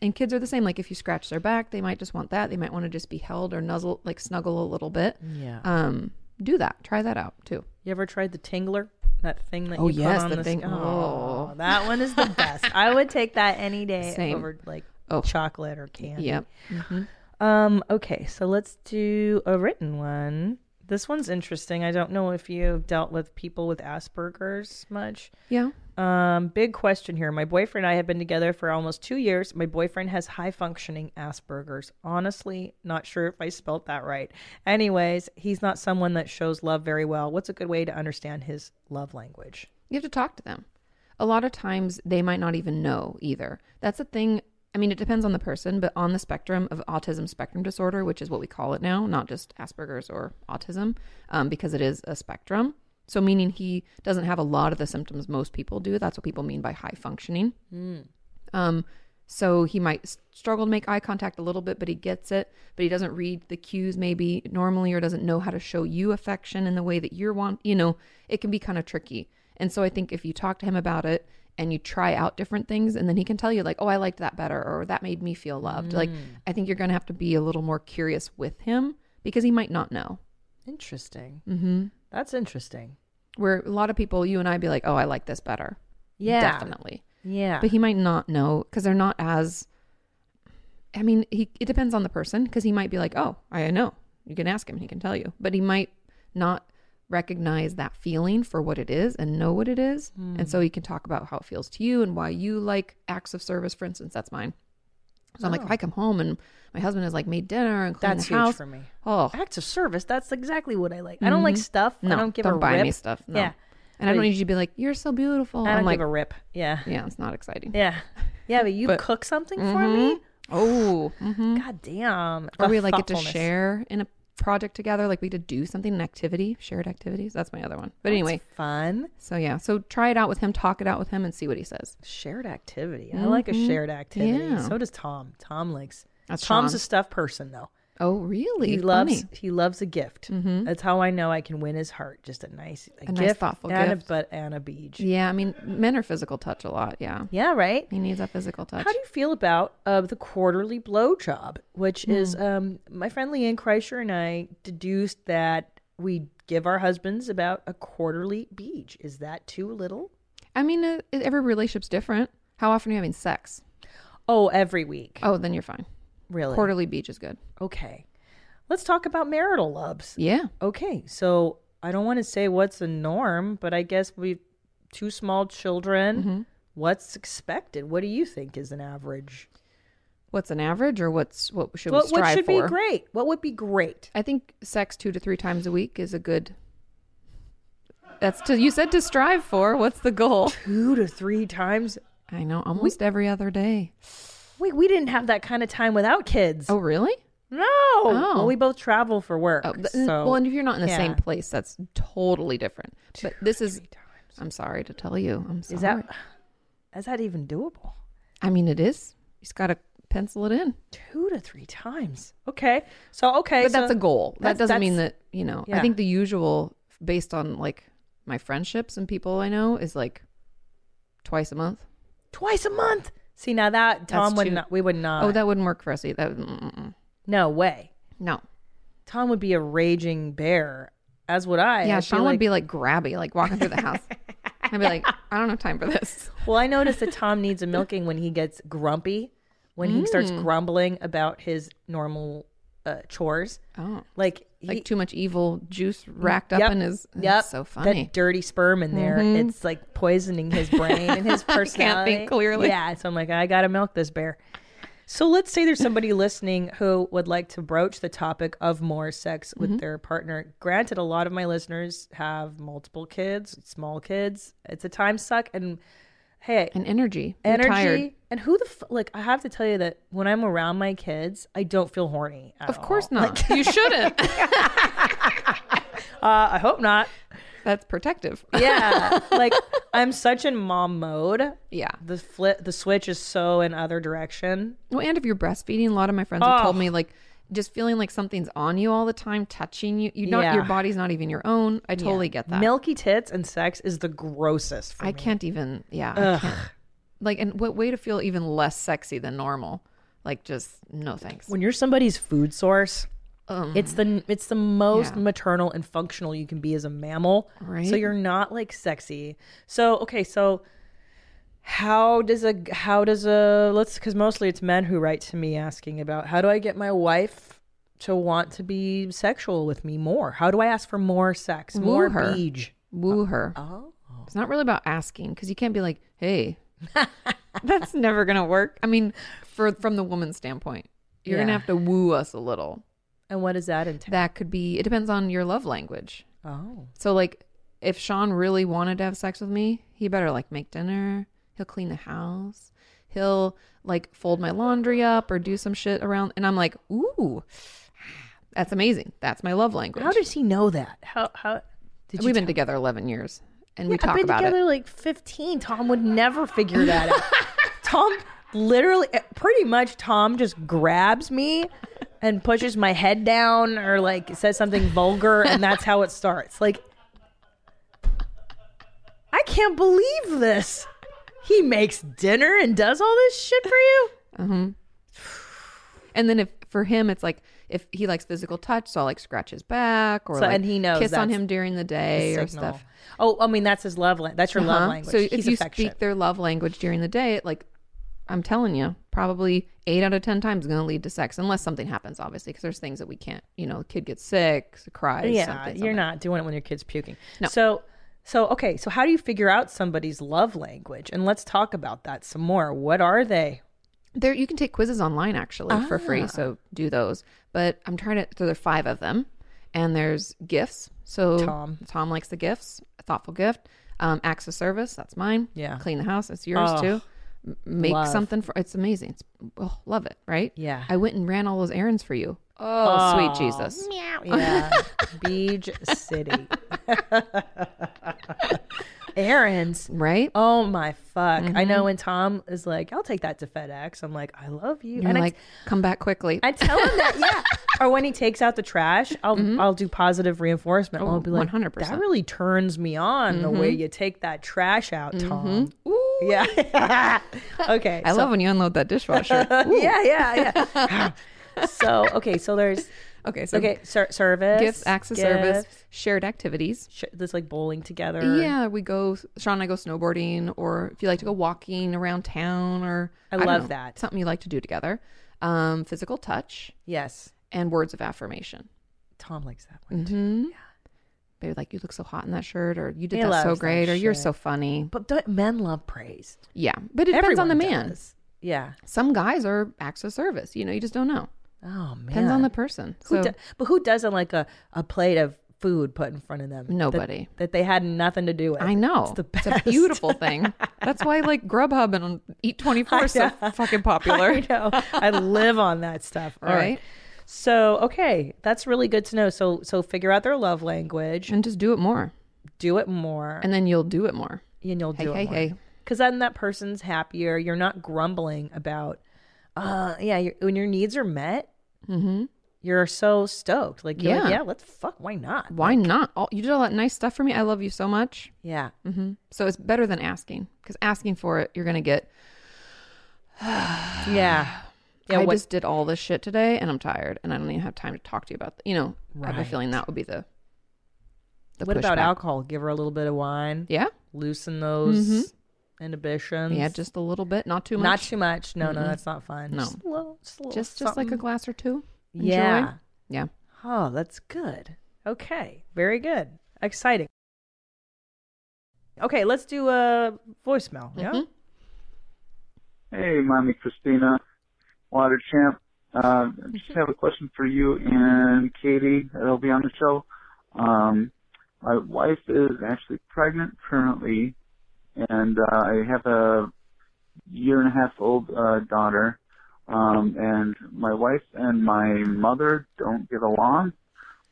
Speaker 5: And kids are the same. Like if you scratch their back, they might just want that. They might want to just be held or nuzzle, like snuggle a little bit.
Speaker 4: Yeah.
Speaker 5: Um, do that. Try that out too.
Speaker 4: You ever tried the tingler? That thing that
Speaker 5: Oh,
Speaker 4: you
Speaker 5: yes,
Speaker 4: put on
Speaker 5: the
Speaker 4: the
Speaker 5: thing-
Speaker 4: sc- Oh,
Speaker 5: oh.
Speaker 4: that one is the best. I would take that any day
Speaker 5: [laughs] Same.
Speaker 4: over like
Speaker 5: Oh.
Speaker 4: chocolate or candy.
Speaker 5: Yep. Mhm.
Speaker 4: Um, okay, so let's do a written one. This one's interesting. I don't know if you've dealt with people with Asperger's much.
Speaker 5: Yeah.
Speaker 4: Um, big question here. My boyfriend and I have been together for almost two years. My boyfriend has high functioning Asperger's. Honestly, not sure if I spelt that right. Anyways, he's not someone that shows love very well. What's a good way to understand his love language?
Speaker 5: You have to talk to them. A lot of times they might not even know either. That's a thing I mean, it depends on the person, but on the spectrum of autism spectrum disorder, which is what we call it now, not just Asperger's or autism, um, because it is a spectrum. So, meaning he doesn't have a lot of the symptoms most people do. That's what people mean by high functioning.
Speaker 4: Mm.
Speaker 5: Um, so he might s- struggle to make eye contact a little bit, but he gets it. But he doesn't read the cues maybe normally, or doesn't know how to show you affection in the way that you're want. You know, it can be kind of tricky. And so I think if you talk to him about it and you try out different things, and then he can tell you like, "Oh, I liked that better," or "That made me feel loved." Like,
Speaker 4: Mm.
Speaker 5: I think you're going to have to be a little more curious with him because he might not know.
Speaker 4: Interesting.
Speaker 5: Mm-hmm.
Speaker 4: That's interesting.
Speaker 5: Where a lot of people, you and I, be like, "Oh, I like this better."
Speaker 4: Yeah.
Speaker 5: definitely.
Speaker 4: Yeah.
Speaker 5: But he might not know because they're not as. I mean, he it depends on the person because he might be like, "Oh, I know." You can ask him; and he can tell you. But he might not recognize that feeling for what it is and know what it is,
Speaker 4: Hmm.
Speaker 5: and so he can talk about how it feels to you and why you like acts of service. For instance, that's mine. So I'm like,
Speaker 4: Oh.
Speaker 5: if I come home and my husband has like made dinner and cleaned
Speaker 4: That's
Speaker 5: the
Speaker 4: huge
Speaker 5: house
Speaker 4: for me.
Speaker 5: Oh,
Speaker 4: Acts of service. That's exactly what I like. I don't like
Speaker 5: Mhm.
Speaker 4: stuff. I
Speaker 5: No,
Speaker 4: don't give a
Speaker 5: buy
Speaker 4: rip.
Speaker 5: me stuff. No.
Speaker 4: Yeah.
Speaker 5: and I
Speaker 4: But-
Speaker 5: don't need you to be like, "You're so beautiful."
Speaker 4: I don't
Speaker 5: I'm
Speaker 4: give
Speaker 5: like,
Speaker 4: a rip. Yeah.
Speaker 5: Yeah, it's not exciting.
Speaker 4: Yeah. Yeah, but you
Speaker 5: But-
Speaker 4: cook something for
Speaker 5: Mhm.
Speaker 4: me?
Speaker 5: Oh,
Speaker 4: God damn.
Speaker 5: or
Speaker 4: The
Speaker 5: we like get to
Speaker 4: thoughtfulness.
Speaker 5: share in a project together like we did do something an activity shared activities that's my other one but
Speaker 4: That's
Speaker 5: anyway
Speaker 4: fun
Speaker 5: so yeah so try it out with him talk it out with him and see what he says
Speaker 4: shared activity I like a
Speaker 5: Mhm.
Speaker 4: shared activity.
Speaker 5: Yeah.
Speaker 4: So does Tom. Tom likes.
Speaker 5: That's
Speaker 4: Tom's
Speaker 5: Tom.
Speaker 4: a stuff person though.
Speaker 5: oh really
Speaker 4: He loves
Speaker 5: Funny. Mm-hmm.
Speaker 4: he loves a gift. That's how I know I can win his heart. Just a nice a,
Speaker 5: A
Speaker 4: gift,
Speaker 5: nice, thoughtful
Speaker 4: and
Speaker 5: gift.
Speaker 4: A, but and a beach.
Speaker 5: yeah i mean men are physical touch a lot yeah
Speaker 4: Yeah, right.
Speaker 5: he needs that physical touch
Speaker 4: How do you feel about uh, the quarterly blowjob, which is um, my friend Leanne Kreischer and I deduced that we give our husbands about a quarterly beach. Is that too little?
Speaker 5: i mean uh, every relationship's different how often are you having sex
Speaker 4: Oh, every week.
Speaker 5: oh then you're fine
Speaker 4: Really?
Speaker 5: quarterly beach is good
Speaker 4: Okay. Let's talk about marital loves.
Speaker 5: yeah
Speaker 4: Okay, so I don't want to say what's the norm, but I guess we two small children. What's expected? What do you think is an average?
Speaker 5: what's an average or what's what should
Speaker 4: what
Speaker 5: we
Speaker 4: what
Speaker 5: strive
Speaker 4: should
Speaker 5: for
Speaker 4: be great? What would be great?
Speaker 5: I think sex two to three times a week is a good. That's to you said to strive for. What's the goal?
Speaker 4: Two to three times.
Speaker 5: I know almost every other day.
Speaker 4: Wait, we didn't have that kind of time without kids.
Speaker 5: Oh really?
Speaker 4: No.
Speaker 5: Oh.
Speaker 4: Well, we both travel for work.
Speaker 5: Oh, th-
Speaker 4: so
Speaker 5: well, and if you're not in the
Speaker 4: yeah.
Speaker 5: same place, that's totally different. But this is. I'm sorry to tell you. I'm sorry.
Speaker 4: is that is that even doable?
Speaker 5: I mean, it is. You just got to pencil it in.
Speaker 4: Two to three times. Okay. So okay,
Speaker 5: But
Speaker 4: so
Speaker 5: that's a goal. That
Speaker 4: that's-
Speaker 5: doesn't mean
Speaker 4: that's-
Speaker 5: that you know. I
Speaker 4: Yeah.
Speaker 5: think the usual, based on like my friendships and people I know, is like twice a month.
Speaker 4: twice a month. See now that Tom would
Speaker 5: too-
Speaker 4: not. We would not.
Speaker 5: oh, that wouldn't work for us either. That, mm, mm, mm.
Speaker 4: no way.
Speaker 5: no.
Speaker 4: Tom would be a raging bear, as would I.
Speaker 5: Yeah,
Speaker 4: I'd
Speaker 5: Sean would be like grabby, like walking through the house. I'd
Speaker 4: [laughs]
Speaker 5: be like, I don't have time for this.
Speaker 4: Well,
Speaker 5: [laughs]
Speaker 4: I noticed that Tom needs a milking when he gets grumpy, when he starts
Speaker 5: Mm.
Speaker 4: grumbling about his normal uh, chores.
Speaker 5: Oh,
Speaker 4: Like, he,
Speaker 5: like too much evil juice racked up
Speaker 4: Mm, Yep,
Speaker 5: in his.
Speaker 4: yep,
Speaker 5: It's so funny.
Speaker 4: That dirty sperm in there,
Speaker 5: Mhm.
Speaker 4: it's like poisoning his brain and
Speaker 5: [laughs]
Speaker 4: his
Speaker 5: think
Speaker 4: personality.
Speaker 5: clearly.
Speaker 4: Yeah, so I'm like, I gotta milk this bear. So let's say there's somebody listening who would like to broach the topic of more sex
Speaker 5: Mm-hmm.
Speaker 4: with their partner. Granted, a lot of my listeners have multiple kids, small kids. It's a time suck, and hey,
Speaker 5: and energy. You're
Speaker 4: energy.
Speaker 5: tired.
Speaker 4: And who the f- like? I have to tell you that when I'm around my kids, I don't feel horny. at
Speaker 5: Of course
Speaker 4: all.
Speaker 5: not.
Speaker 4: [laughs]
Speaker 5: you shouldn't.
Speaker 4: Uh, I hope not.
Speaker 5: That's protective.
Speaker 4: Yeah,
Speaker 5: [laughs]
Speaker 4: like I'm such in mom mode.
Speaker 5: Yeah.
Speaker 4: The flip, the switch is so in other direction.
Speaker 5: Well, and if you're breastfeeding, a lot of my friends have told me like just feeling like something's on you all the time, touching you. You not your
Speaker 4: Yeah.
Speaker 5: body's not even your own. I totally get that.
Speaker 4: Milky tits and sex is the grossest. For
Speaker 5: I
Speaker 4: me.
Speaker 5: can't even. Yeah. I can't. Like, and what way to feel even less sexy than normal? Like, just no thanks.
Speaker 4: When you're somebody's food source,
Speaker 5: Um,
Speaker 4: it's the it's the most
Speaker 5: Yeah.
Speaker 4: maternal and functional you can be as a mammal. So
Speaker 5: Right.
Speaker 4: you're not like sexy. So okay, so how does a how does a let's because mostly it's men who write to me asking about how do I get my wife to want to be sexual with me more? How do I ask for more sex,
Speaker 5: Woo
Speaker 4: more
Speaker 5: her.
Speaker 4: beej?
Speaker 5: woo her.
Speaker 4: Oh,
Speaker 5: It's not really about asking because you can't be like, "Hey, [laughs] that's never gonna work." I mean, for from the woman's standpoint, you're gonna
Speaker 4: Yeah.
Speaker 5: have to woo us a little.
Speaker 4: and what does that entail?
Speaker 5: That could be. It depends on your love language.
Speaker 4: Oh,
Speaker 5: So, like, if Sean really wanted to have sex with me, he better like make dinner. He'll clean the house. he'll like fold my laundry up or do some shit around and I'm like, "Ooh. That's amazing. That's my love language."
Speaker 4: How does he know that? How how
Speaker 5: We've been together 11 years and we
Speaker 4: Yeah, I've
Speaker 5: talk
Speaker 4: been
Speaker 5: about
Speaker 4: together
Speaker 5: it.
Speaker 4: like 15. Tom would never figure that
Speaker 5: [laughs]
Speaker 4: out. Tom literally, eh, pretty much, Tom just grabs me and pushes my head down or like says something vulgar, and that's how it starts. Like, I can't believe this. He makes dinner and does all this shit for you.
Speaker 5: hmm And then if for him it's like if he likes physical touch, so I'll like scratch his back or
Speaker 4: So-
Speaker 5: like
Speaker 4: and he knows
Speaker 5: kiss on
Speaker 4: that's
Speaker 5: him during the day
Speaker 4: the
Speaker 5: or
Speaker 4: signal.
Speaker 5: stuff.
Speaker 4: Oh, I mean, that's his love language. That's your
Speaker 5: Uh-huh.
Speaker 4: love language.
Speaker 5: So
Speaker 4: He's
Speaker 5: if you
Speaker 4: affectionate.
Speaker 5: speak their love language during the day, it, like I'm telling you, probably eight out of ten times is going to lead to sex, unless something happens, obviously, because there's things that we can't. You know, kid gets sick, cries.
Speaker 4: yeah,
Speaker 5: something,
Speaker 4: you're
Speaker 5: something.
Speaker 4: not doing it when your kid's puking. So, so okay. So how do you figure out somebody's love language? And let's talk about that some more. What are they?
Speaker 5: There, you can take quizzes online actually for free,
Speaker 4: Ah.
Speaker 5: so do those. But I'm trying to. So there are five of them, and there's gifts. So
Speaker 4: Tom.
Speaker 5: Tom likes the gifts. A thoughtful gift. Um, acts of service. That's mine.
Speaker 4: Yeah.
Speaker 5: Clean the house. That's yours
Speaker 4: Oh,
Speaker 5: too. M- Make
Speaker 4: love.
Speaker 5: something for. It's amazing. It's, oh, love it. Right.
Speaker 4: Yeah.
Speaker 5: I went and ran all those errands for you. Oh, sweet Jesus.
Speaker 4: Meow.
Speaker 5: [laughs]
Speaker 4: Yeah. Beach City. Errands.
Speaker 5: Right?
Speaker 4: Oh my fuck. I know
Speaker 5: Mhm.
Speaker 4: when Tom is like, I'll take that to FedEx. I'm like, I love you.
Speaker 5: You're
Speaker 4: and I-
Speaker 5: like, come back quickly.
Speaker 4: I tell him that, yeah. [laughs] or when he takes out the trash, I'll
Speaker 5: Mm-hmm.
Speaker 4: I'll do positive reinforcement.
Speaker 5: Oh,
Speaker 4: I'll be like,
Speaker 5: 100%.
Speaker 4: That really turns me on the way
Speaker 5: Mhm.
Speaker 4: you take that trash out, Tom. Yeah. [laughs] okay.
Speaker 5: Mm-hmm. I love when you
Speaker 4: [laughs]
Speaker 5: unload that dishwasher. Ooh.
Speaker 4: yeah, yeah,
Speaker 5: [laughs]
Speaker 4: yeah. so okay, so there's
Speaker 5: okay, so
Speaker 4: okay ser- service
Speaker 5: Gifts, acts of service,
Speaker 4: gifts,
Speaker 5: shared activities.
Speaker 4: sh- There's like bowling together.
Speaker 5: Yeah, we go. Sean and I go snowboarding, or if you like to go walking around town, or
Speaker 4: I
Speaker 5: don't
Speaker 4: love
Speaker 5: know,
Speaker 4: that.
Speaker 5: something you like to do together. Um, physical touch
Speaker 4: Yes.
Speaker 5: and words of affirmation.
Speaker 4: Tom likes that one.
Speaker 5: Mm-hmm. They're like, "You look so hot in that shirt," or "You did
Speaker 4: He
Speaker 5: that so
Speaker 4: loves that
Speaker 5: great," or "You're
Speaker 4: shit.
Speaker 5: so funny."
Speaker 4: But don't, men love praise.
Speaker 5: Yeah, but it depends on the
Speaker 4: Everyone
Speaker 5: man.
Speaker 4: does. Yeah.
Speaker 5: Some guys are acts of service. You know, you just don't know.
Speaker 4: Oh man.
Speaker 5: Depends on the person.
Speaker 4: Who
Speaker 5: So
Speaker 4: do- but who doesn't like a, a plate of food put in front of them? that-
Speaker 5: Nobody.
Speaker 4: That, they had nothing to do with.
Speaker 5: I know.
Speaker 4: It's the
Speaker 5: It's
Speaker 4: best.
Speaker 5: a beautiful thing. That's why like Grubhub and Eat Twenty Four is so fucking
Speaker 4: [laughs] [laughs]
Speaker 5: popular.
Speaker 4: I know. I live on that stuff. All right.
Speaker 5: Right.
Speaker 4: So okay, that's really good to know. So so figure out their love language,
Speaker 5: And just do it more,
Speaker 4: do it more,
Speaker 5: and then you'll do it more.
Speaker 4: and you'll
Speaker 5: Hey,
Speaker 4: do
Speaker 5: hey,
Speaker 4: it more.
Speaker 5: hey.
Speaker 4: Because then that person's happier. You're not grumbling about. Uh, yeah. you when your needs are met,
Speaker 5: Mm-hmm.
Speaker 4: you're so stoked. Like, you're like,
Speaker 5: Yeah.
Speaker 4: yeah, let's fuck. Why not?
Speaker 5: Why not? All, you did all that nice stuff for me. I love you so much. [sighs]
Speaker 4: Yeah.
Speaker 5: Mm-hmm. So it's better than asking because asking for it, you're gonna get.
Speaker 4: Yeah. Yeah.
Speaker 5: I
Speaker 4: what-
Speaker 5: just did all this shit today, and I'm tired, and I don't even have time to talk to you about. th-" You know, I have a feeling
Speaker 4: Right.
Speaker 5: that would be the. the
Speaker 4: what about
Speaker 5: pushback.
Speaker 4: alcohol? Give her a little bit of wine.
Speaker 5: Yeah,
Speaker 4: Loosen those
Speaker 5: Mhm.
Speaker 4: inhibitions.
Speaker 5: yeah, just a little bit, not too much.
Speaker 4: not too much. No, no,
Speaker 5: Mm-mm.
Speaker 4: that's not fun.
Speaker 5: No.
Speaker 4: Just a little, just a little
Speaker 5: just just like a
Speaker 4: something.
Speaker 5: glass or two. Enjoy.
Speaker 4: Yeah.
Speaker 5: yeah.
Speaker 4: Oh, that's good. Okay. Very good. Exciting. Okay, let's do a voicemail. Yeah.
Speaker 5: Mm-hmm.
Speaker 10: Hey, Mommy Christina, Water Champ. Uh, I just have a question for you and Katie that'll be on the show. Um, my wife is actually pregnant currently, and uh, I have a year and a half old uh, daughter. Um, and my wife and my mother don't get along,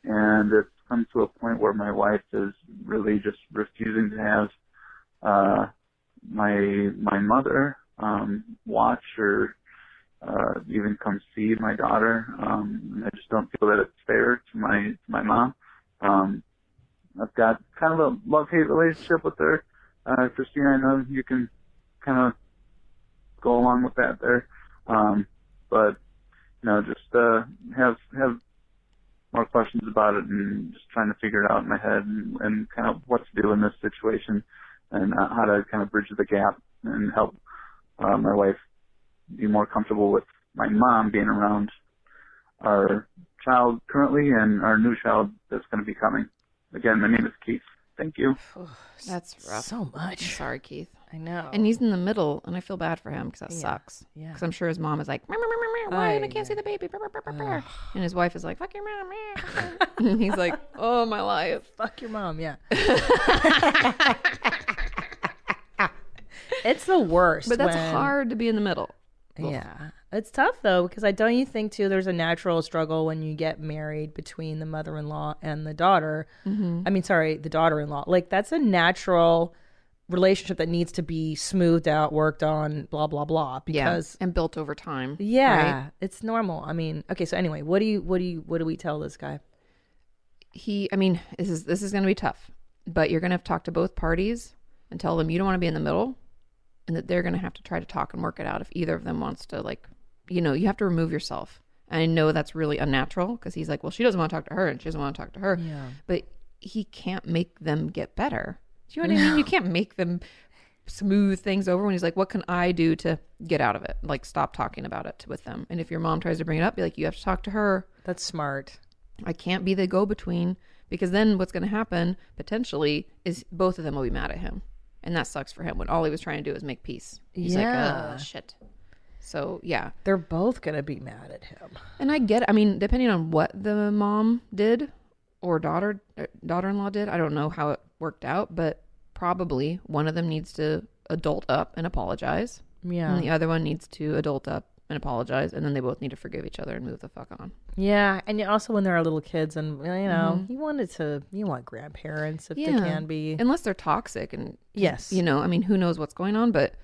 Speaker 10: and it's come to a point where my wife is really just refusing to have uh, my my mother um, watch or uh, even come see my daughter. Um, and I just don't feel that it's fair to my to my mom. Um, I've got kind of a love hate relationship with her. Uh, Christina, I know you can kind of go along with that there, um, but you know, just uh, have have more questions about it and just trying to figure it out in my head and, and kind of what to do in this situation and uh, how to kind of bridge the gap and help uh, my wife be more comfortable with my mom being around our child currently and our new child that's going to be coming. Again, my name is Keith. Thank you.
Speaker 5: That's rough.
Speaker 4: So much.
Speaker 5: Sorry, Keith.
Speaker 4: I know.
Speaker 5: And he's in the middle, and I feel bad for him because that
Speaker 4: Yeah,
Speaker 5: sucks.
Speaker 4: yeah.
Speaker 5: Because I'm sure his mom is like, "Meow, meow, meow, meow, meow, why I,
Speaker 4: I
Speaker 5: can't see the baby? Brr, brr, brr, brr, brr." And his wife is like, fuck your mom. meow,
Speaker 4: [laughs]
Speaker 5: fuck her." and he's like, oh, my life. [laughs]
Speaker 4: Fuck your mom. Yeah. [laughs] It's the worst.
Speaker 5: But that's
Speaker 4: when-
Speaker 5: hard to be in the middle.
Speaker 4: Yeah. It's tough though because I don't you think too there's a natural struggle when you get married between the mother-in-law and the daughter.
Speaker 5: Mhm.
Speaker 4: I mean, sorry, the daughter-in-law. Like that's a natural relationship that needs to be smoothed out, worked on, blah blah blah because
Speaker 5: yeah. and built over time.
Speaker 4: yeah,
Speaker 5: right?
Speaker 4: it's normal. I mean, okay, so anyway, what do you what do you what do we tell this guy?
Speaker 5: He, I mean, this is this is going to be tough, but you're going to have to talk to both parties and tell them you don't want to be in the middle, and that they're going to have to try to talk and work it out if either of them wants to. Like, you know, you have to remove yourself. And I know that's really unnatural because he's like, well, she doesn't want to talk to her, and she doesn't want to talk to her.
Speaker 4: Yeah.
Speaker 5: But he can't make them get better. Do you know what I mean? You can't make them smooth things over when he's like, what can I do to get out of it? Like, stop talking about it with them. And if your mom tries to bring it up, be like, you have to talk to her.
Speaker 4: That's smart.
Speaker 5: I can't be the go between because then what's going to happen potentially is both of them will be mad at him. And that sucks for him when all he was trying to do is make peace. He's
Speaker 4: Yeah.
Speaker 5: like, oh, shit. So, yeah.
Speaker 4: They're both going to be mad at him.
Speaker 5: And I get, I mean, depending on what the mom did or daughter daughter in law did, I don't know how it worked out, but probably one of them needs to adult up and apologize.
Speaker 4: Yeah.
Speaker 5: And the other one needs to adult up and apologize, and then they both need to forgive each other and move the fuck on.
Speaker 4: Yeah, and you- also when there are little kids, and you know,
Speaker 5: Mhm.
Speaker 4: you wanted to, you want grandparents if they
Speaker 5: Yeah.
Speaker 4: can be.
Speaker 5: Unless they're toxic and
Speaker 4: Yes.
Speaker 5: You know, I mean, who knows what's going on, but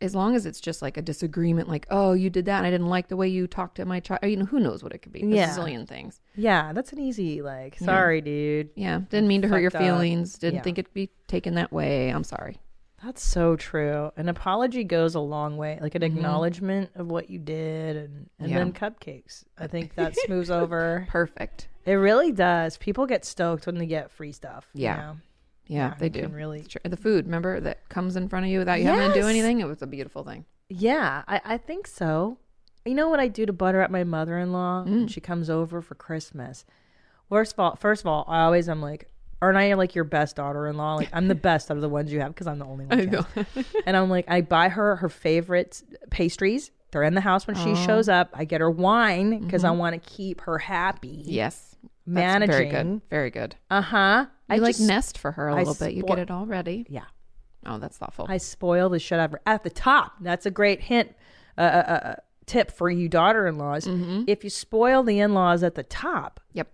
Speaker 5: as long as it's just like a disagreement, like, oh, you did that and I didn't like the way you talked to my child. You know, who knows what it could be? There's
Speaker 4: Yeah.
Speaker 5: A zillion things.
Speaker 4: Yeah, that's an easy like.
Speaker 5: Yeah.
Speaker 4: Sorry, dude.
Speaker 5: Yeah. Didn't mean to hurt your
Speaker 4: Fucked up.
Speaker 5: feelings. Didn't
Speaker 4: Yeah.
Speaker 5: think it'd be taken that way. I'm sorry.
Speaker 4: That's so true. An apology goes a long way, like an
Speaker 5: Mhm.
Speaker 4: acknowledgement of what you did, and and
Speaker 5: Yeah.
Speaker 4: then cupcakes. I think
Speaker 5: [laughs]
Speaker 4: that smooths over.
Speaker 5: Perfect.
Speaker 4: It really does. People get stoked when they get free stuff. you
Speaker 5: Yeah.
Speaker 4: know?
Speaker 5: Yeah, they
Speaker 4: you
Speaker 5: do.
Speaker 4: can really.
Speaker 5: It's true. The food, remember, that comes in front of you without you having to do
Speaker 4: Yes.
Speaker 5: anything? It was a beautiful thing.
Speaker 4: Yeah, I, I think so. You know what I do to butter up my mother in law
Speaker 5: Mm.
Speaker 4: when she comes over for Christmas? First of all, first of all, I always am like, aren't I like your best daughter in law? Like I'm
Speaker 5: [laughs]
Speaker 4: the best out of the ones you have because I'm the only one.
Speaker 5: I
Speaker 4: she has. and I'm like, I buy her her favorite pastries. They're in the house when she
Speaker 5: Oh.
Speaker 4: shows up. I get her wine because I
Speaker 5: Mhm.
Speaker 4: want to keep her happy.
Speaker 5: Yes. That's
Speaker 4: managing.
Speaker 5: Very good. Very good.
Speaker 4: Uh huh.
Speaker 5: You like nest for her a little bit. You get it all ready.
Speaker 4: Yeah.
Speaker 5: Oh, that's thoughtful.
Speaker 4: I spoil the shit out of her at the top. That's a great hint, uh, uh, uh, uh, tip for you daughter-in-laws.
Speaker 5: Mm-hmm.
Speaker 4: If you spoil the in-laws at the top,
Speaker 5: yep.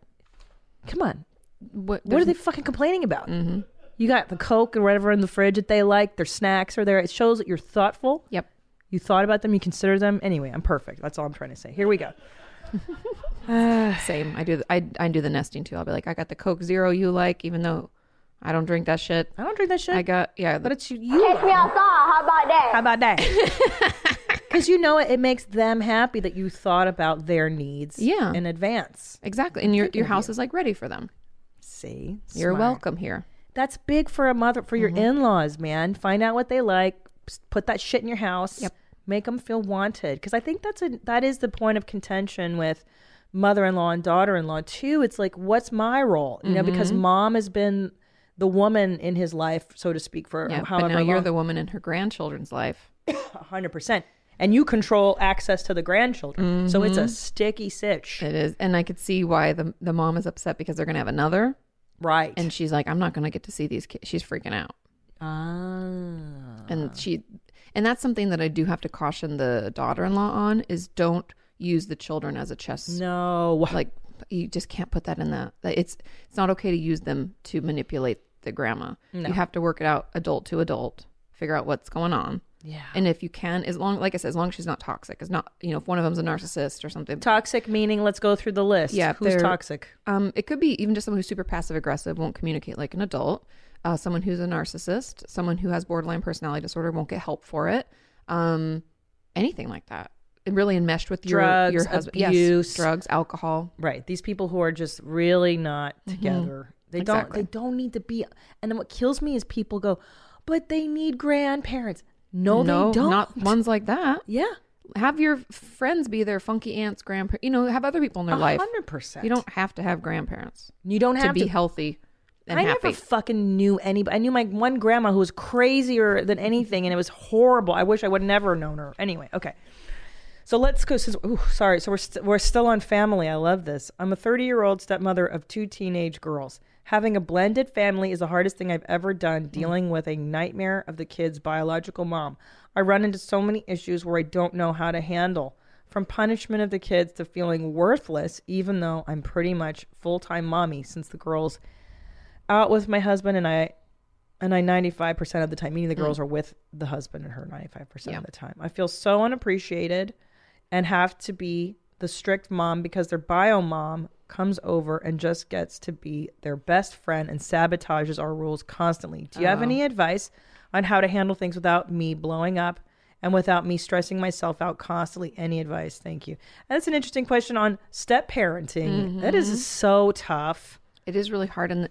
Speaker 4: Come on,
Speaker 5: what,
Speaker 4: what are they fucking complaining about? Mm-hmm. You got the coke or whatever in the fridge that they like. Their snacks are there. It shows that you're thoughtful.
Speaker 5: Yep.
Speaker 4: You thought about them. You consider them. Anyway, I'm perfect. That's all I'm trying to say. Here we go.
Speaker 5: Same. I do. The, I I do the nesting too. I'll be like, I got the Coke Zero you like, even though I don't drink that shit.
Speaker 4: I don't drink that shit.
Speaker 5: I got yeah. But
Speaker 4: Oh, it's you. you
Speaker 5: like it.
Speaker 3: How about that?
Speaker 4: How about that?
Speaker 5: [laughs]
Speaker 4: Because you know it, it makes them happy that you thought about their needs.
Speaker 5: Yeah.
Speaker 4: In advance.
Speaker 5: Exactly. And your
Speaker 4: Thinking
Speaker 5: your
Speaker 4: of
Speaker 5: house is like ready for them.
Speaker 4: See,
Speaker 5: You're
Speaker 4: Smart.
Speaker 5: welcome here.
Speaker 4: That's big for a mother for
Speaker 5: Mm-hmm.
Speaker 4: your in-laws, man. Find out what they like. s- Put that shit in your house. Yep. Make them feel wanted because I think that's a that is the point of contention with mother-in-law and daughter-in-law too. It's like, what's my role? You know, because
Speaker 5: Mhm.
Speaker 4: mom has been the woman in his life, so to speak, for
Speaker 5: Yeah.
Speaker 4: however
Speaker 5: but now you're
Speaker 4: long.
Speaker 5: the woman in her grandchildren's life.
Speaker 4: hundred percent, and you control access to the grandchildren. So it's a
Speaker 5: Mhm.
Speaker 4: sticky sitch,
Speaker 5: It is, and I could see why the the mom is upset because they're gonna have another.
Speaker 4: right?
Speaker 5: And she's like, I'm not gonna get to see these kids. She's freaking out.
Speaker 4: Ah.
Speaker 5: and she and that's something that I do have to caution the daughter-in-law on is don't use the children as a chess.
Speaker 4: No,
Speaker 5: like you just can't put that in that. that It's it's not okay to use them to manipulate the grandma.
Speaker 4: No.
Speaker 5: You have to work it out adult to adult, figure out what's going on.
Speaker 4: Yeah.
Speaker 5: And if you can, as long like I said, as long as she's not toxic, it's not you know if one of them's a narcissist or something.
Speaker 4: Toxic meaning, let's go through the list.
Speaker 5: Yeah, if
Speaker 4: who's
Speaker 5: they're-
Speaker 4: toxic?
Speaker 5: Um, it could be even just someone who's super passive aggressive, won't communicate like an adult. Uh, someone who's a narcissist, someone who has borderline personality disorder, won't get help for it. Um, anything like that. It really enmeshed with
Speaker 4: Drugs,
Speaker 5: your your husband.
Speaker 4: abuse.
Speaker 5: Yes, drugs, alcohol.
Speaker 4: Right. These people who are just really not together. They don't
Speaker 5: Mm-hmm. Exactly.
Speaker 4: they don't need to be and then what kills me is people go, "But they need grandparents." No, they don't.
Speaker 5: Not ones like that.
Speaker 4: Yeah.
Speaker 5: Have your friends be their funky aunts, grandparents. You know, have other people in their
Speaker 4: A
Speaker 5: life.
Speaker 4: hundred percent.
Speaker 5: You don't have to have grandparents.
Speaker 4: You don't have
Speaker 5: to be
Speaker 4: to.
Speaker 5: healthy and
Speaker 4: I
Speaker 5: happy.
Speaker 4: never fucking knew anybody. I knew my one grandma who was crazier than anything and it was horrible. I wish I would never known her. Anyway, okay. So let's go. Since, ooh, sorry. So we're, st- we're still on family. I love this. I'm a 30 year old stepmother of two teenage girls. Having a blended family is the hardest thing I've ever done,
Speaker 5: Mm.
Speaker 4: dealing with a nightmare of the kid's biological mom. I run into so many issues where I don't know how to handle. From punishment of the kids to feeling worthless, even though I'm pretty much full time mommy since the girls out with my husband and I and I 95% of the time, meaning the girls
Speaker 5: Mm.
Speaker 4: are with the husband and her 95%
Speaker 5: Yeah.
Speaker 4: of the time. I feel so unappreciated and have to be the strict mom because their bio mom comes over and just gets to be their best friend and sabotages our rules constantly. Do you have
Speaker 5: Oh.
Speaker 4: any advice on how to handle things without me blowing up and without me stressing myself out constantly? Any advice? Thank you. And that's an interesting question on step parenting. That
Speaker 5: Mhm.
Speaker 4: is so tough.
Speaker 5: It is really hard. And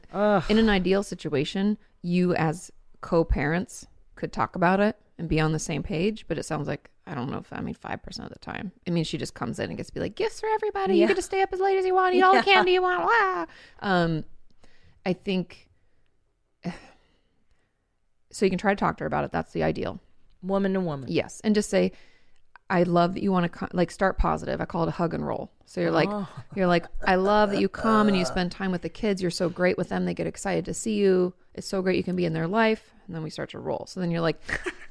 Speaker 5: in an ideal situation, you as co-parents could talk about it and be on the same page. But it sounds like I don't know if I mean five percent of the time. I mean, she just comes in and gets to be like gifts for everybody. You
Speaker 11: Yeah.
Speaker 5: get to stay up as late as you want. Eat all
Speaker 11: Yeah.
Speaker 5: the candy you want. Wow. Um, I think [sighs] so. You can try to talk to her about it. That's the ideal.
Speaker 4: Woman to woman.
Speaker 5: Yes, and just say, I love that you want to co- like start positive. I call it a hug and roll. So you're like,
Speaker 11: Oh.
Speaker 5: you're like, I love that you come and you spend time with the kids. You're so great with them. They get excited to see you. It's so great you can be in their life. And then we start to roll. So then you're like,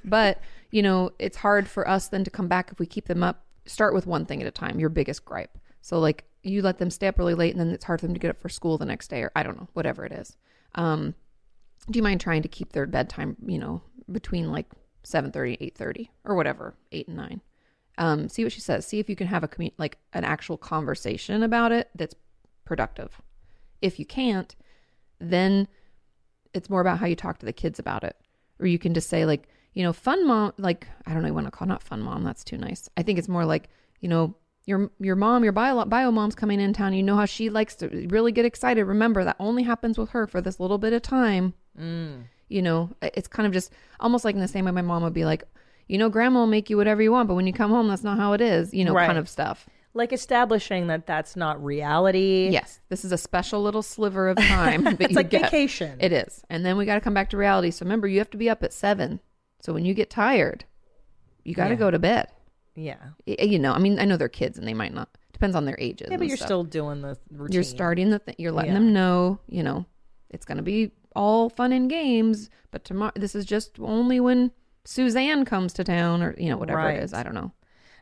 Speaker 5: but you know, it's hard for us then to come back if we keep them up. Start with one thing at a time. Your biggest gripe. So like you let them stay up really late, and then it's hard for them to get up for school the next day, or I don't know, whatever it is. Um, do you mind trying to keep their bedtime you know between like 7.30 8.30 or whatever 8 and 9 um, see what she says see if you can have a commu- like an actual conversation about it that's productive if you can't then it's more about how you talk to the kids about it or you can just say like you know fun mom like i don't know want to call not fun mom that's too nice i think it's more like you know your your mom your bio, bio mom's coming in town you know how she likes to really get excited remember that only happens with her for this little bit of time
Speaker 4: Mm.
Speaker 5: you know I- it's kind of just almost like in the same way my mom would be like you know grandma will make you whatever you want but when you come home that's not how it is you know
Speaker 4: Right.
Speaker 5: kind of stuff
Speaker 4: Like establishing that that's not reality.
Speaker 5: Yes, this is a special little sliver
Speaker 4: [laughs]
Speaker 5: of time that
Speaker 4: It's
Speaker 5: you
Speaker 4: like
Speaker 5: get.
Speaker 4: vacation.
Speaker 5: It is, and then we got to come back to reality. So remember, you have to be up at seven. So when you get tired, you got to
Speaker 4: Yeah.
Speaker 5: go to bed.
Speaker 4: Yeah.
Speaker 5: Y- You know, I mean, I know they're kids and they might not depends on their ages.
Speaker 4: Yeah, but
Speaker 5: and
Speaker 4: you're
Speaker 5: stuff.
Speaker 4: still doing the routine.
Speaker 5: You're starting the thing. You're letting
Speaker 4: Yeah.
Speaker 5: them know. You know, it's gonna be all fun and games. But tomorrow, this is just only when Suzanne comes to town, or you know, whatever
Speaker 4: Right.
Speaker 5: it is. I don't know.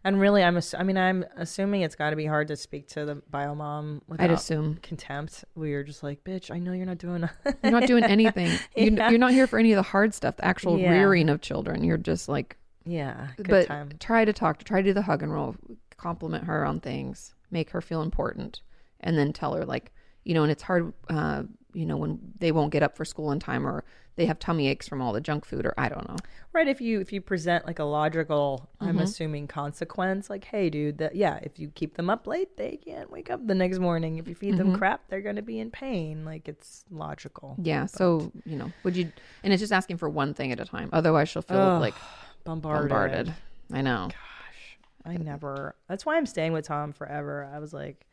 Speaker 4: And really, I'm. Ass- I mean, I'm assuming it's got to be hard to speak to the bio mom. without
Speaker 5: assume.
Speaker 4: contempt. We are just like, bitch. I know you're not doing. [laughs]
Speaker 5: You're not doing anything. You're,
Speaker 4: Yeah.
Speaker 5: you're not here for any of the hard stuff, the actual
Speaker 4: Yeah.
Speaker 5: rearing of children. You're just like,
Speaker 4: Yeah, good
Speaker 5: but
Speaker 4: time.
Speaker 5: try to talk to, try to do the hug and roll, compliment her on things, make her feel important, and then tell her like, you know, and it's hard, uh, you know, when they won't get up for school in time or they have tummy aches from all the junk food or I don't know.
Speaker 4: Right. If you if you present like a logical, I'm
Speaker 5: Mhm.
Speaker 4: assuming consequence. Like, hey, dude. That yeah. If you keep them up late, they can't wake up the next morning. If you feed them
Speaker 5: Mhm.
Speaker 4: crap, they're gonna be in pain. Like it's logical.
Speaker 5: Yeah.
Speaker 4: But-
Speaker 5: So you know, would you? And it's just asking for one thing at a time. Otherwise, she'll feel
Speaker 4: Ugh,
Speaker 5: like
Speaker 4: bombarded.
Speaker 5: bombarded. I know.
Speaker 4: I never. That's why I'm staying with Tom forever. I was like,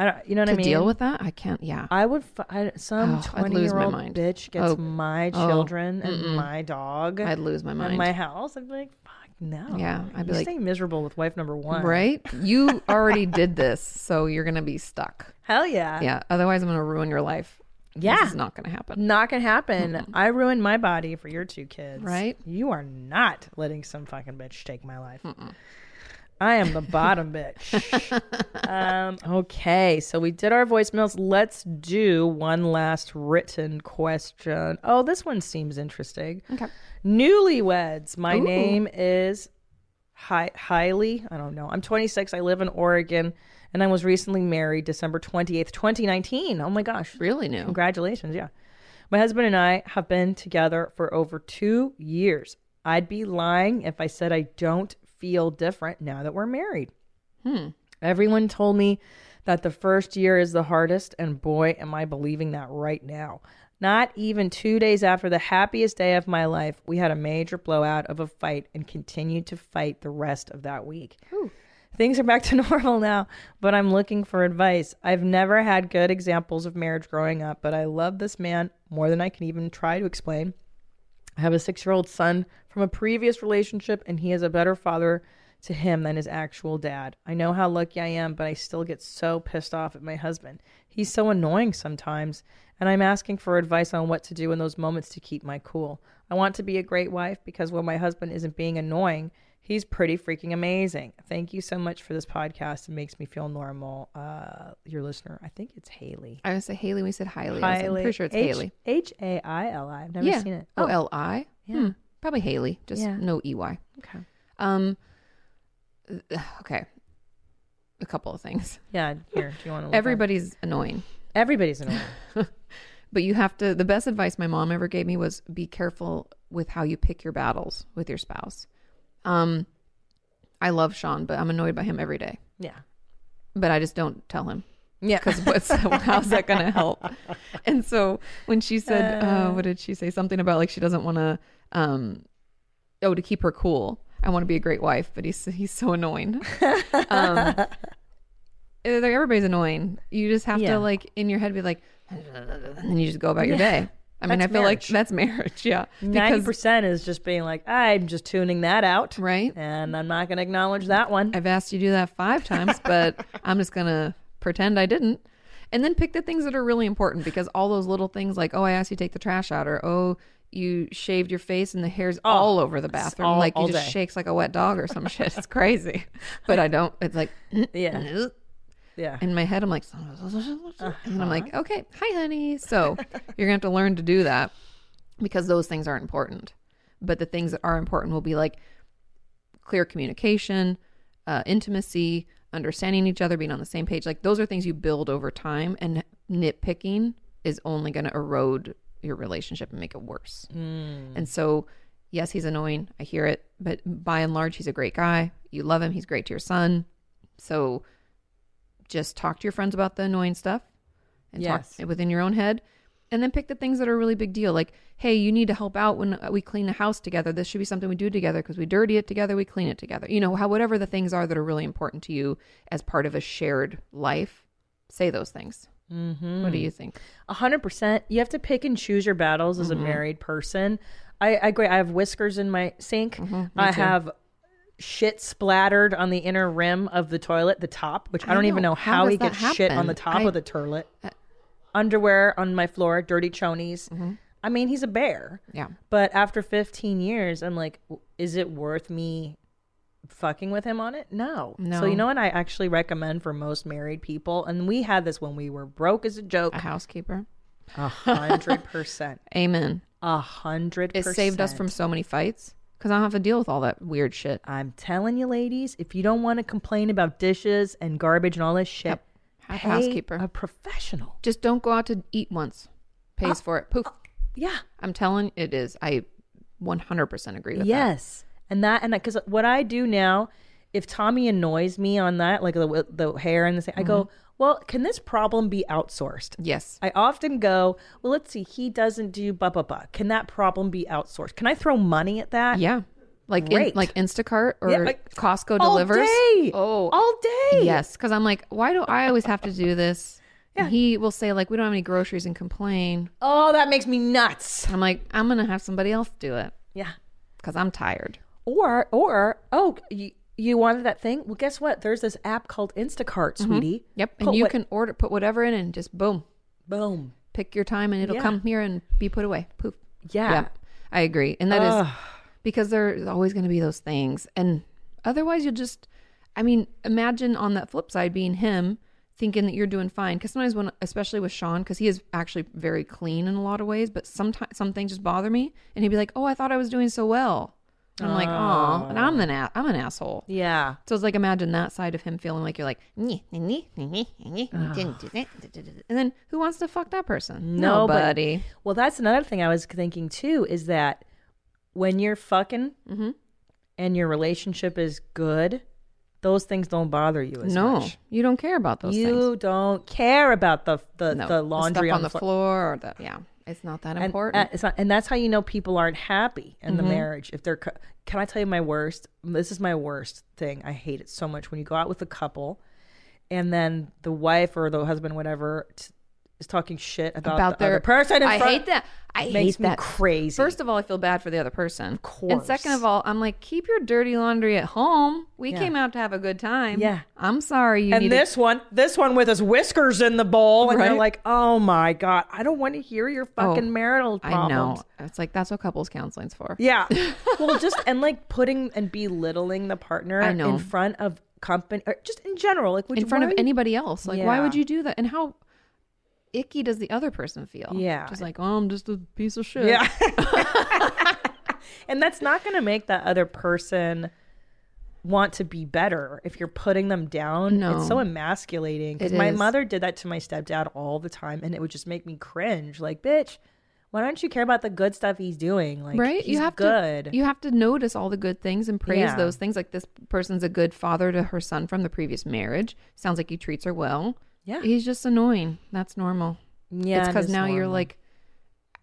Speaker 4: I don't. You know what
Speaker 5: to
Speaker 4: I mean?
Speaker 5: deal with that, I can't. Yeah.
Speaker 4: I would. F- I, some
Speaker 5: Oh, I'd lose my
Speaker 4: twenty-year-old
Speaker 5: mind.
Speaker 4: bitch gets
Speaker 5: Oh,
Speaker 4: my
Speaker 5: oh,
Speaker 4: children and
Speaker 5: mm-mm.
Speaker 4: my dog.
Speaker 5: I'd lose my
Speaker 4: And
Speaker 5: mind.
Speaker 4: my house. I'd be like, fuck no.
Speaker 5: Yeah, I'd be
Speaker 4: You're
Speaker 5: like-
Speaker 4: staying miserable with wife number one.
Speaker 5: [laughs] Right? You already did this, so you're gonna be stuck.
Speaker 4: Hell [laughs] yeah.
Speaker 5: Yeah. Otherwise, I'm gonna ruin your life.
Speaker 4: Yeah.
Speaker 5: This is not gonna happen.
Speaker 4: Not gonna happen. I ruined my body for your two kids.
Speaker 5: Right?
Speaker 4: You are not letting some fucking bitch take my life. I am the bottom
Speaker 5: [laughs]
Speaker 4: bitch. Um, okay, so we did our voicemails. Let's do one last written question. Oh, this one seems interesting.
Speaker 5: Okay.
Speaker 4: Newlyweds. My
Speaker 5: Ooh.
Speaker 4: name is Hi- Hiley. I don't know. I'm 26. I live in Oregon, and I was recently married December 28th, 2019. Oh my gosh.
Speaker 5: Really new.
Speaker 4: Congratulations. Yeah. My husband and I have been together for over two years. I'd be lying if I said I don't feel different now that we're married.
Speaker 5: Hmm.
Speaker 4: Everyone told me that the first year is the hardest, and boy, am I believing that right now. Not even two days after the happiest day of my life, we had a major blowout of a fight and continued to fight the rest of that week. Things are back to [laughs] normal now, but I'm looking for advice. I've never had good examples of marriage growing up, but I love this man more than I can even try to explain. I have a six year old son from a previous relationship, and he is a better father to him than his actual dad. I know how lucky I am, but I still get so pissed off at my husband. He's so annoying sometimes, and I'm asking for advice on what to do in those moments to keep my cool. I want to be a great wife because when my husband isn't being annoying, he's pretty freaking amazing. Thank you so much for this podcast. It makes me feel normal. Uh, your listener, I think it's Haley.
Speaker 5: I was say Haley. We said Haley. I'm pretty sure it's Haley.
Speaker 4: H A I L I. I've never
Speaker 5: yeah.
Speaker 4: seen it.
Speaker 5: Oh, L I.
Speaker 4: Yeah.
Speaker 5: Probably Haley. Just
Speaker 4: Yeah.
Speaker 5: no E Y.
Speaker 4: Okay.
Speaker 5: Um. [sighs] th- Okay. A couple of things.
Speaker 4: Yeah. Here, do you want to?
Speaker 5: Everybody's annoying.
Speaker 4: Everybody's annoying.
Speaker 5: but you have to. The best advice my mom ever gave me was be careful with how you pick your battles with your spouse. Um, I love Sean, but I'm annoyed by him every day.
Speaker 4: Yeah.
Speaker 5: But I just don't tell him.
Speaker 4: Yeah.
Speaker 5: Because
Speaker 4: [laughs]
Speaker 5: what's how's that going to help? And so when she said, uh, what did she say? Something about like she doesn't want to, um, oh, to keep her cool. I want to be a great wife, but he's he's so annoying.
Speaker 4: [laughs]
Speaker 5: um, eh, like everybody's annoying. You just have
Speaker 4: Yeah.
Speaker 5: to like in your head be like, and then you just go about your
Speaker 4: Yeah.
Speaker 5: day. I mean, I
Speaker 4: That's
Speaker 5: feel like that's [laughs] marriage. Yeah,
Speaker 4: Ninety percent is just being like, I'm just tuning that out,
Speaker 5: right?
Speaker 4: And I'm not going to acknowledge that one.
Speaker 5: I've asked you to do that five times,
Speaker 4: [laughs]
Speaker 5: but I'm just gonna pretend I didn't. And then pick the things that are really important because all those little things like, oh, I asked you to take the trash out, or oh, you shaved your face and the hair's all over the bathroom,
Speaker 4: Oh, all-
Speaker 5: like
Speaker 4: all
Speaker 5: you just
Speaker 4: day.
Speaker 5: shakes like a wet dog or some shit. It's crazy, [laughs] but I don't. It's like, [laughs]
Speaker 4: yeah, yeah.
Speaker 5: In my head, I'm like, and then I'm like, okay, hi, honey. So you're gonna have to learn to do that because those things aren't important. But the things that are important will be like clear communication, uh, intimacy, understanding each other, being on the same page. Like those are things you build over time, and nitpicking is only going to erode your relationship and make it worse.
Speaker 4: Mm.
Speaker 5: And so, yes, he's annoying. I hear it, but by and large, he's a great guy. You love him. He's great to your son. So, just talk to your friends about the annoying stuff, and
Speaker 4: Yes.
Speaker 5: talk within your own head. And then pick the things that are a really big deal. Like, hey, you need to help out when we clean the house together. This should be something we do together because we dirty it together, we clean it together. You know, how whatever the things are that are really important to you as part of a shared life, say those things.
Speaker 4: Mm-hmm.
Speaker 5: What do you think?
Speaker 4: A hundred percent. You have to pick and choose your battles
Speaker 5: Mm-hmm.
Speaker 4: as a married person. I, I agree. I have whiskers in my sink. I
Speaker 5: Mm-hmm. too.
Speaker 4: have shit splattered on the inner rim of the toilet, the top, which I,
Speaker 5: I
Speaker 4: don't even
Speaker 5: know.
Speaker 4: know
Speaker 5: How
Speaker 4: how,
Speaker 5: does
Speaker 4: he
Speaker 5: that
Speaker 4: gets shit on
Speaker 5: happen?
Speaker 4: the top
Speaker 5: I- Uh
Speaker 4: of the toilet. Underwear on my floor, dirty chonies.
Speaker 5: Mm-hmm.
Speaker 4: I mean, he's a bear.
Speaker 5: Yeah.
Speaker 4: But after 15 years, I'm like, w- is it worth me fucking with him on it? No.
Speaker 5: No.
Speaker 4: So you know what I actually recommend for most married people, and we had this when we were broke as a joke.
Speaker 5: A housekeeper.
Speaker 4: A [laughs] hundred percent.
Speaker 5: Amen.
Speaker 4: A hundred.
Speaker 5: It saved us from
Speaker 4: percent.
Speaker 5: so many fights because I don't have to deal with all that weird shit.
Speaker 4: I'm telling you, ladies, if you don't want to complain about dishes and garbage and all this shit,
Speaker 5: Hi-
Speaker 4: pay
Speaker 5: housekeeper.
Speaker 4: a professional.
Speaker 5: Just don't go out to eat once. Pays for it. Poof.
Speaker 4: Yeah.
Speaker 5: I'm telling it is. I 100% agree with that.
Speaker 4: yes and that and because what i do now if tommy annoys me on that like the, the hair and the thing i
Speaker 5: Mm-hmm.
Speaker 4: go well can this problem be outsourced
Speaker 5: Yes.
Speaker 4: i often go well let's see he doesn't do blah blah blah can that problem be outsourced can i throw money at that
Speaker 5: Yeah. Like in,
Speaker 4: Great.
Speaker 5: like Instacart or
Speaker 4: Yeah, like-
Speaker 5: Costco
Speaker 4: all
Speaker 5: delivers.
Speaker 4: day
Speaker 5: Oh.
Speaker 4: all day
Speaker 5: Yes, because I'm like, why do I always have to do this? And he will say like, we don't have any groceries and complain.
Speaker 4: oh that makes me nuts
Speaker 5: I'm like, I'm gonna have somebody else do it
Speaker 4: yeah
Speaker 5: because I'm tired.
Speaker 4: Or, or, oh, you, you wanted that thing? Well, guess what? There's this app called Instacart, sweetie.
Speaker 5: Mm-hmm. Yep. And
Speaker 4: Put
Speaker 5: you
Speaker 4: what-
Speaker 5: can order, put whatever in, and just boom,
Speaker 4: Boom.
Speaker 5: pick your time, and it'll
Speaker 4: Yeah.
Speaker 5: come here and be put away. Poof.
Speaker 4: Yeah.
Speaker 5: Yep. I agree. And that is
Speaker 4: Ugh.
Speaker 5: because there's always going to be those things. And otherwise, you'll just, I mean, imagine on that flip side being him thinking that you're doing fine. Because sometimes, when, especially with Sean, because he is actually very clean in a lot of ways, but sometimes some things just bother me. And he'd be like, oh, I thought I was doing so well. And I'm like, oh, and I'm an, a- I'm an asshole.
Speaker 4: Yeah.
Speaker 5: So it's like imagine that side of him feeling like you're like, "Nyeh, nyeh, nyeh, nyeh, nyeh, nyeh, you didn't do that. da, da, da, da." and then who wants to fuck that person?
Speaker 4: Nobody. Well, that's another thing I was thinking too is that when you're fucking
Speaker 5: Mm-hmm.
Speaker 4: and your relationship is good, those things don't bother you as
Speaker 5: No,
Speaker 4: much.
Speaker 5: you don't care about those things.
Speaker 4: You don't care about the the,
Speaker 5: No,
Speaker 4: the laundry
Speaker 5: stuff
Speaker 4: on the floor.
Speaker 5: floor or the yeah. It's not that
Speaker 4: and,
Speaker 5: important. Mm-hmm.
Speaker 4: and it's not- and that's how you know people aren't happy in the marriage. If they're, cu- can I tell you my worst? This is my worst thing. I hate it so much when you go out with a couple, and then the wife or the husband, whatever, t- is talking shit about,
Speaker 5: about
Speaker 4: the
Speaker 5: their
Speaker 4: other person in
Speaker 5: I
Speaker 4: front.
Speaker 5: hate that. I
Speaker 4: makes
Speaker 5: hate
Speaker 4: me
Speaker 5: that.
Speaker 4: crazy.
Speaker 5: First of all, I feel bad for the other person. Of course. And second
Speaker 4: course.
Speaker 5: of all, I'm like, keep your dirty laundry at home. We
Speaker 4: Yeah.
Speaker 5: came out to have a good time.
Speaker 4: Yeah.
Speaker 5: I'm sorry. You
Speaker 4: and
Speaker 5: needed-
Speaker 4: this one, this one with his whiskers in the bowl, and they're
Speaker 5: Right.
Speaker 4: like, "Oh my god, I don't want to hear your fucking
Speaker 5: Oh,
Speaker 4: marital problems."
Speaker 5: I know. It's like that's what couples counseling's for. [laughs]
Speaker 4: Yeah. well, just and like putting and belittling the partner
Speaker 5: I know.
Speaker 4: in front of company, or just in general, like would
Speaker 5: in
Speaker 4: you-
Speaker 5: front
Speaker 4: why
Speaker 5: of
Speaker 4: would-
Speaker 5: anybody else. Like, why would
Speaker 4: Yeah.
Speaker 5: you do that? And how icky does the other person feel?
Speaker 4: Yeah.
Speaker 5: Just like, oh, I'm just a piece of shit.
Speaker 4: Yeah. [laughs] and that's not going to make that other person want to be better if you're putting them down.
Speaker 5: No.
Speaker 4: It's so emasculating. Because
Speaker 5: It
Speaker 4: my
Speaker 5: is.
Speaker 4: mother did that to my stepdad all the time, and it would just make me cringe. Like, bitch, why don't you care about the good stuff he's doing? Like,
Speaker 5: [laughs] right?
Speaker 4: he's
Speaker 5: you have
Speaker 4: good.
Speaker 5: to you have to notice all the good things and praise
Speaker 4: Yeah.
Speaker 5: those things. Like this person's a good father to her son from the previous marriage. Sounds like he treats her well.
Speaker 4: Yeah.
Speaker 5: he's just annoying. That's normal.
Speaker 4: Yeah,
Speaker 5: it's
Speaker 4: it
Speaker 5: because
Speaker 4: is
Speaker 5: now you're
Speaker 4: normal.
Speaker 5: like,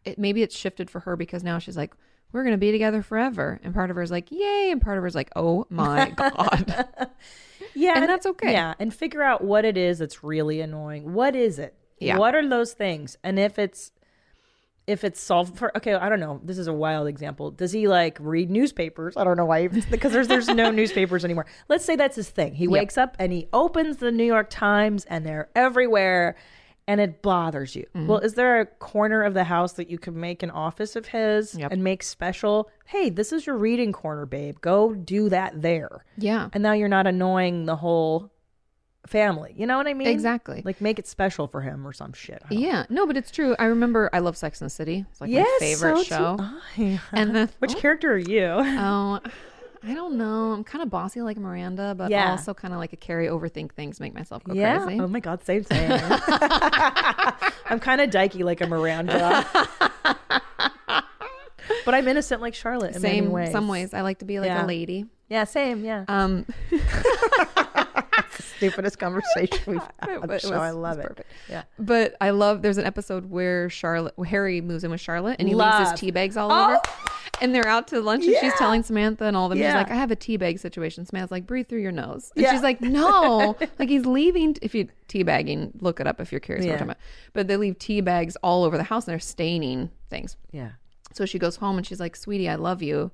Speaker 5: it, maybe it's shifted for her because now she's like, we're gonna be together forever, and part of her is like, yay, and part of her is like, oh
Speaker 4: [laughs]
Speaker 5: my god.
Speaker 4: Yeah,
Speaker 5: And that's okay.
Speaker 4: Yeah, and figure out what it is that's really annoying. What is it?
Speaker 5: Yeah.
Speaker 4: What are those things? And if it's if it's solved for okay, I don't know. This is a wild example. Does he like read newspapers? I don't know why [laughs] even because there's there's no newspapers anymore. Let's say that's his thing. He
Speaker 5: Yep.
Speaker 4: wakes up and he opens the New York Times and they're everywhere and it bothers you.
Speaker 5: Mm-hmm.
Speaker 4: Well, is there a corner of the house that you could make an office of his
Speaker 5: Yep.
Speaker 4: and make special? Hey, this is your reading corner, babe. Go do that there.
Speaker 5: Yeah.
Speaker 4: And now you're not annoying the whole family. You know what I mean?
Speaker 5: Exactly.
Speaker 4: Like make it special for him or some shit. I don't-
Speaker 5: Yeah, no, but it's true. I remember I love Sex and the City. It's like my
Speaker 4: Yes, so
Speaker 5: favorite
Speaker 4: do
Speaker 5: show.
Speaker 4: [laughs] I.
Speaker 5: And the
Speaker 4: Which character are you?
Speaker 5: Oh, [sighs] I don't know. I'm kind of bossy like Miranda, but
Speaker 4: Yeah.
Speaker 5: also kind of like a carry overthink things, make myself go
Speaker 4: [laughs] yeah.
Speaker 5: crazy.
Speaker 4: Oh my god, same thing. [laughs] I'm kind of dykey like a Miranda. but I'm innocent like Charlotte in many
Speaker 5: Same,
Speaker 4: ways.
Speaker 5: some ways. I like to be like
Speaker 4: Yeah.
Speaker 5: a lady.
Speaker 4: Yeah, same, yeah.
Speaker 5: Um,
Speaker 4: [laughs] Stupidest conversation [laughs] we've had.
Speaker 5: It
Speaker 4: on the
Speaker 5: was-
Speaker 4: show.
Speaker 5: it was-
Speaker 4: I
Speaker 5: it was
Speaker 4: love it.
Speaker 5: perfect.
Speaker 4: Yeah.
Speaker 5: But I love. There's an episode where Charlotte, where Harry moves in with Charlotte, and he leaves
Speaker 4: Love.
Speaker 5: his tea bags all
Speaker 4: Oh.
Speaker 5: over. And they're out to lunch, and
Speaker 4: Yeah.
Speaker 5: she's telling Samantha and all of them.
Speaker 4: Yeah.
Speaker 5: She's like, "I have a tea bag situation." Samantha's like, "Breathe through your nose." And
Speaker 4: Yeah.
Speaker 5: she's like,
Speaker 4: [laughs]
Speaker 5: "No, like he's leaving. If you tea bagging, look it up if you're curious what
Speaker 4: Yeah.
Speaker 5: we're talking about." But they leave tea bags all over the house, and they're staining things.
Speaker 4: Yeah.
Speaker 5: So she goes home and she's like, "Sweetie, I love you."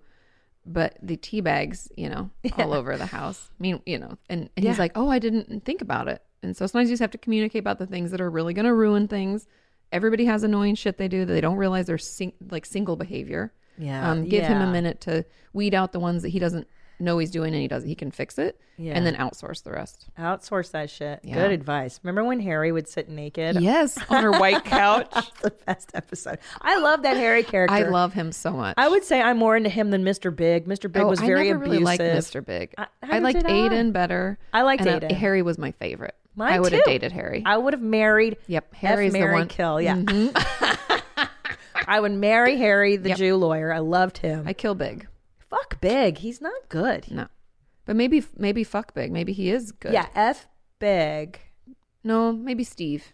Speaker 5: But the tea bags, you [laughs] know, all over the house. I mean, you know, and, and he's
Speaker 4: Yeah.
Speaker 5: like, "Oh, I didn't think about it." And so sometimes you just have to communicate about the things that are really going to ruin things. Everybody has annoying shit they do that they don't realize they're sing- like single behavior.
Speaker 4: Yeah,
Speaker 5: Um, give him
Speaker 4: yeah.
Speaker 5: a minute to weed out the ones that he doesn't know he's doing and he does he can fix it.
Speaker 4: Yeah.
Speaker 5: And then outsource the rest.
Speaker 4: Outsource that shit.
Speaker 5: Yeah.
Speaker 4: Good advice. Remember when Harry would sit naked?
Speaker 5: Yes, on her
Speaker 4: [laughs]
Speaker 5: white couch.
Speaker 4: the best episode. I love that Harry character.
Speaker 5: [laughs] I love him so much.
Speaker 4: I would say I'm more into him than Mr. Big. Mr. Big
Speaker 5: Oh,
Speaker 4: was very
Speaker 5: I never
Speaker 4: abusive.
Speaker 5: really liked Mr. Big. I,
Speaker 4: neither
Speaker 5: liked
Speaker 4: did I.
Speaker 5: Aiden better.
Speaker 4: I liked
Speaker 5: and, uh,
Speaker 4: Aiden.
Speaker 5: Harry was my favorite.
Speaker 4: Mine
Speaker 5: I would
Speaker 4: too.
Speaker 5: have dated Harry.
Speaker 4: I would have married.
Speaker 5: yep,
Speaker 4: F.
Speaker 5: Harry's
Speaker 4: Mary
Speaker 5: the one.
Speaker 4: Kill. Yeah, [laughs]
Speaker 5: Mhm.
Speaker 4: I would marry Harry, the
Speaker 5: Yep.
Speaker 4: Jew lawyer. I loved him.
Speaker 5: I kill Big.
Speaker 4: Fuck Big. He's not good.
Speaker 5: No, but maybe maybe fuck Big. Maybe he is good.
Speaker 4: Yeah, F. Big.
Speaker 5: No, maybe Steve.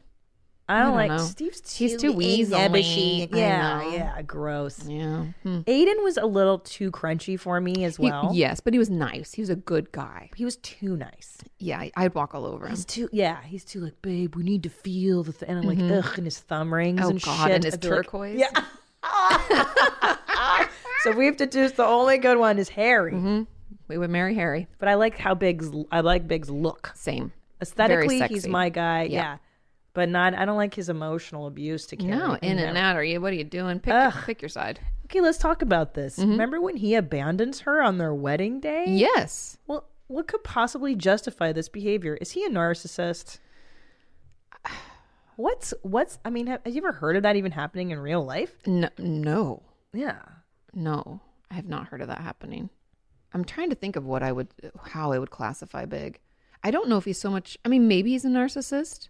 Speaker 4: I don't,
Speaker 5: don't
Speaker 4: like
Speaker 5: know.
Speaker 4: Steve's too
Speaker 5: He's too weaselly.
Speaker 4: weaselly.
Speaker 5: I
Speaker 4: Yeah,
Speaker 5: know.
Speaker 4: yeah, gross.
Speaker 5: Yeah. Hmm.
Speaker 4: Aiden was a little too crunchy for me as
Speaker 5: He-
Speaker 4: well.
Speaker 5: yes, but he was nice. He was a good guy.
Speaker 4: he was too nice.
Speaker 5: Yeah, I, I'd walk all over him.
Speaker 4: He's too, yeah, he's too like, babe, we need to feel the, th-. and I'm like, ugh, and his thumb rings
Speaker 5: Mm-hmm. Oh
Speaker 4: and
Speaker 5: God,
Speaker 4: shit.
Speaker 5: and his
Speaker 4: I'd be like-
Speaker 5: turquoise.
Speaker 4: yeah. so we've deduced the only good one is Harry.
Speaker 5: Mm-hmm. we would marry Harry.
Speaker 4: But I like how Big's, I like Big's look.
Speaker 5: Same.
Speaker 4: Aesthetically,
Speaker 5: Very
Speaker 4: he's
Speaker 5: sexy.
Speaker 4: my guy. Yeah.
Speaker 5: Yeah.
Speaker 4: But not, I don't like his emotional abuse to Carrie.
Speaker 5: No, in and
Speaker 4: Never.
Speaker 5: out. Are you? What are you doing? Pick
Speaker 4: Ugh.
Speaker 5: pick your side.
Speaker 4: Okay, let's talk about this.
Speaker 5: Mm-hmm.
Speaker 4: Remember when he abandons her on their wedding day?
Speaker 5: Yes.
Speaker 4: Well, what could possibly justify this behavior? Is he a
Speaker 5: [sighs]
Speaker 4: narcissist? What's what's? I mean, have, have you ever heard of that even happening in real life?
Speaker 5: No, no,
Speaker 4: Yeah,
Speaker 5: no. I have not heard of that happening. I'm trying to think of what I would, how I would classify Big. I don't know if he's so much. I mean, maybe he's a narcissist,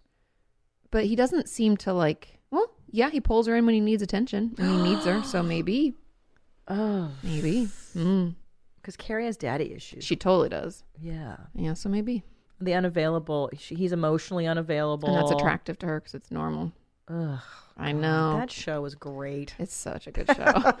Speaker 5: but he doesn't seem to like. Well, yeah, he pulls her in when he needs attention, and he needs her. So maybe,
Speaker 4: [gasps] Oh.
Speaker 5: maybe mm,
Speaker 4: because Carrie has daddy issues.
Speaker 5: she totally does.
Speaker 4: yeah,
Speaker 5: Yeah, so maybe,
Speaker 4: the unavailable. She, he's emotionally unavailable,
Speaker 5: and that's attractive to her because it's normal.
Speaker 4: Ugh,
Speaker 5: I know
Speaker 4: that show was great. [laughs]
Speaker 5: it's such a good show.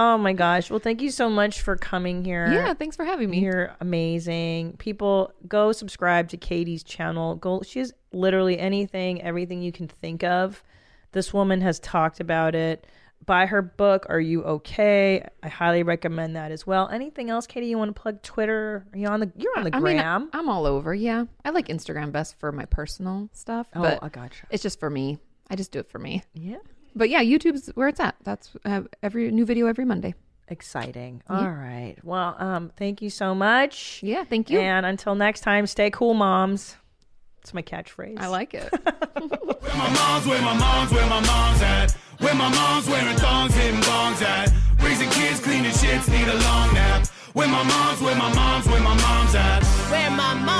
Speaker 4: Oh my gosh. Well, thank you so much for coming here.
Speaker 5: Yeah, thanks for having me.
Speaker 4: You're amazing. People, go subscribe to Katie's channel. Go she has literally anything, everything you can think of. This woman has talked about it. Buy her book, Are You Okay? I highly recommend that as well. Anything else, Katie, you want to plug Twitter? Are you on the you're on the
Speaker 5: I mean,
Speaker 4: gram.
Speaker 5: I'm all over. Yeah, I like Instagram best for my personal stuff.
Speaker 4: Oh,
Speaker 5: but
Speaker 4: I gotcha.
Speaker 5: It's just for me. I just do it for me.
Speaker 4: Yeah.
Speaker 5: But yeah, YouTube's where it's at. That's uh, every new video every Monday.
Speaker 4: Exciting.
Speaker 5: Yeah.
Speaker 4: All right. Well, um, thank you so much.
Speaker 5: Yeah, thank you.
Speaker 4: And until next time, stay cool, moms. It's my catchphrase. I
Speaker 5: like it.
Speaker 2: Where my mom's, where my mom's, where my mom's at. Where my mom's wearing thongs, hitting bongs at. Raising kids, cleaning shits, need a long nap. Where my mom's, where my mom's, where my mom's at.
Speaker 3: Where my mom's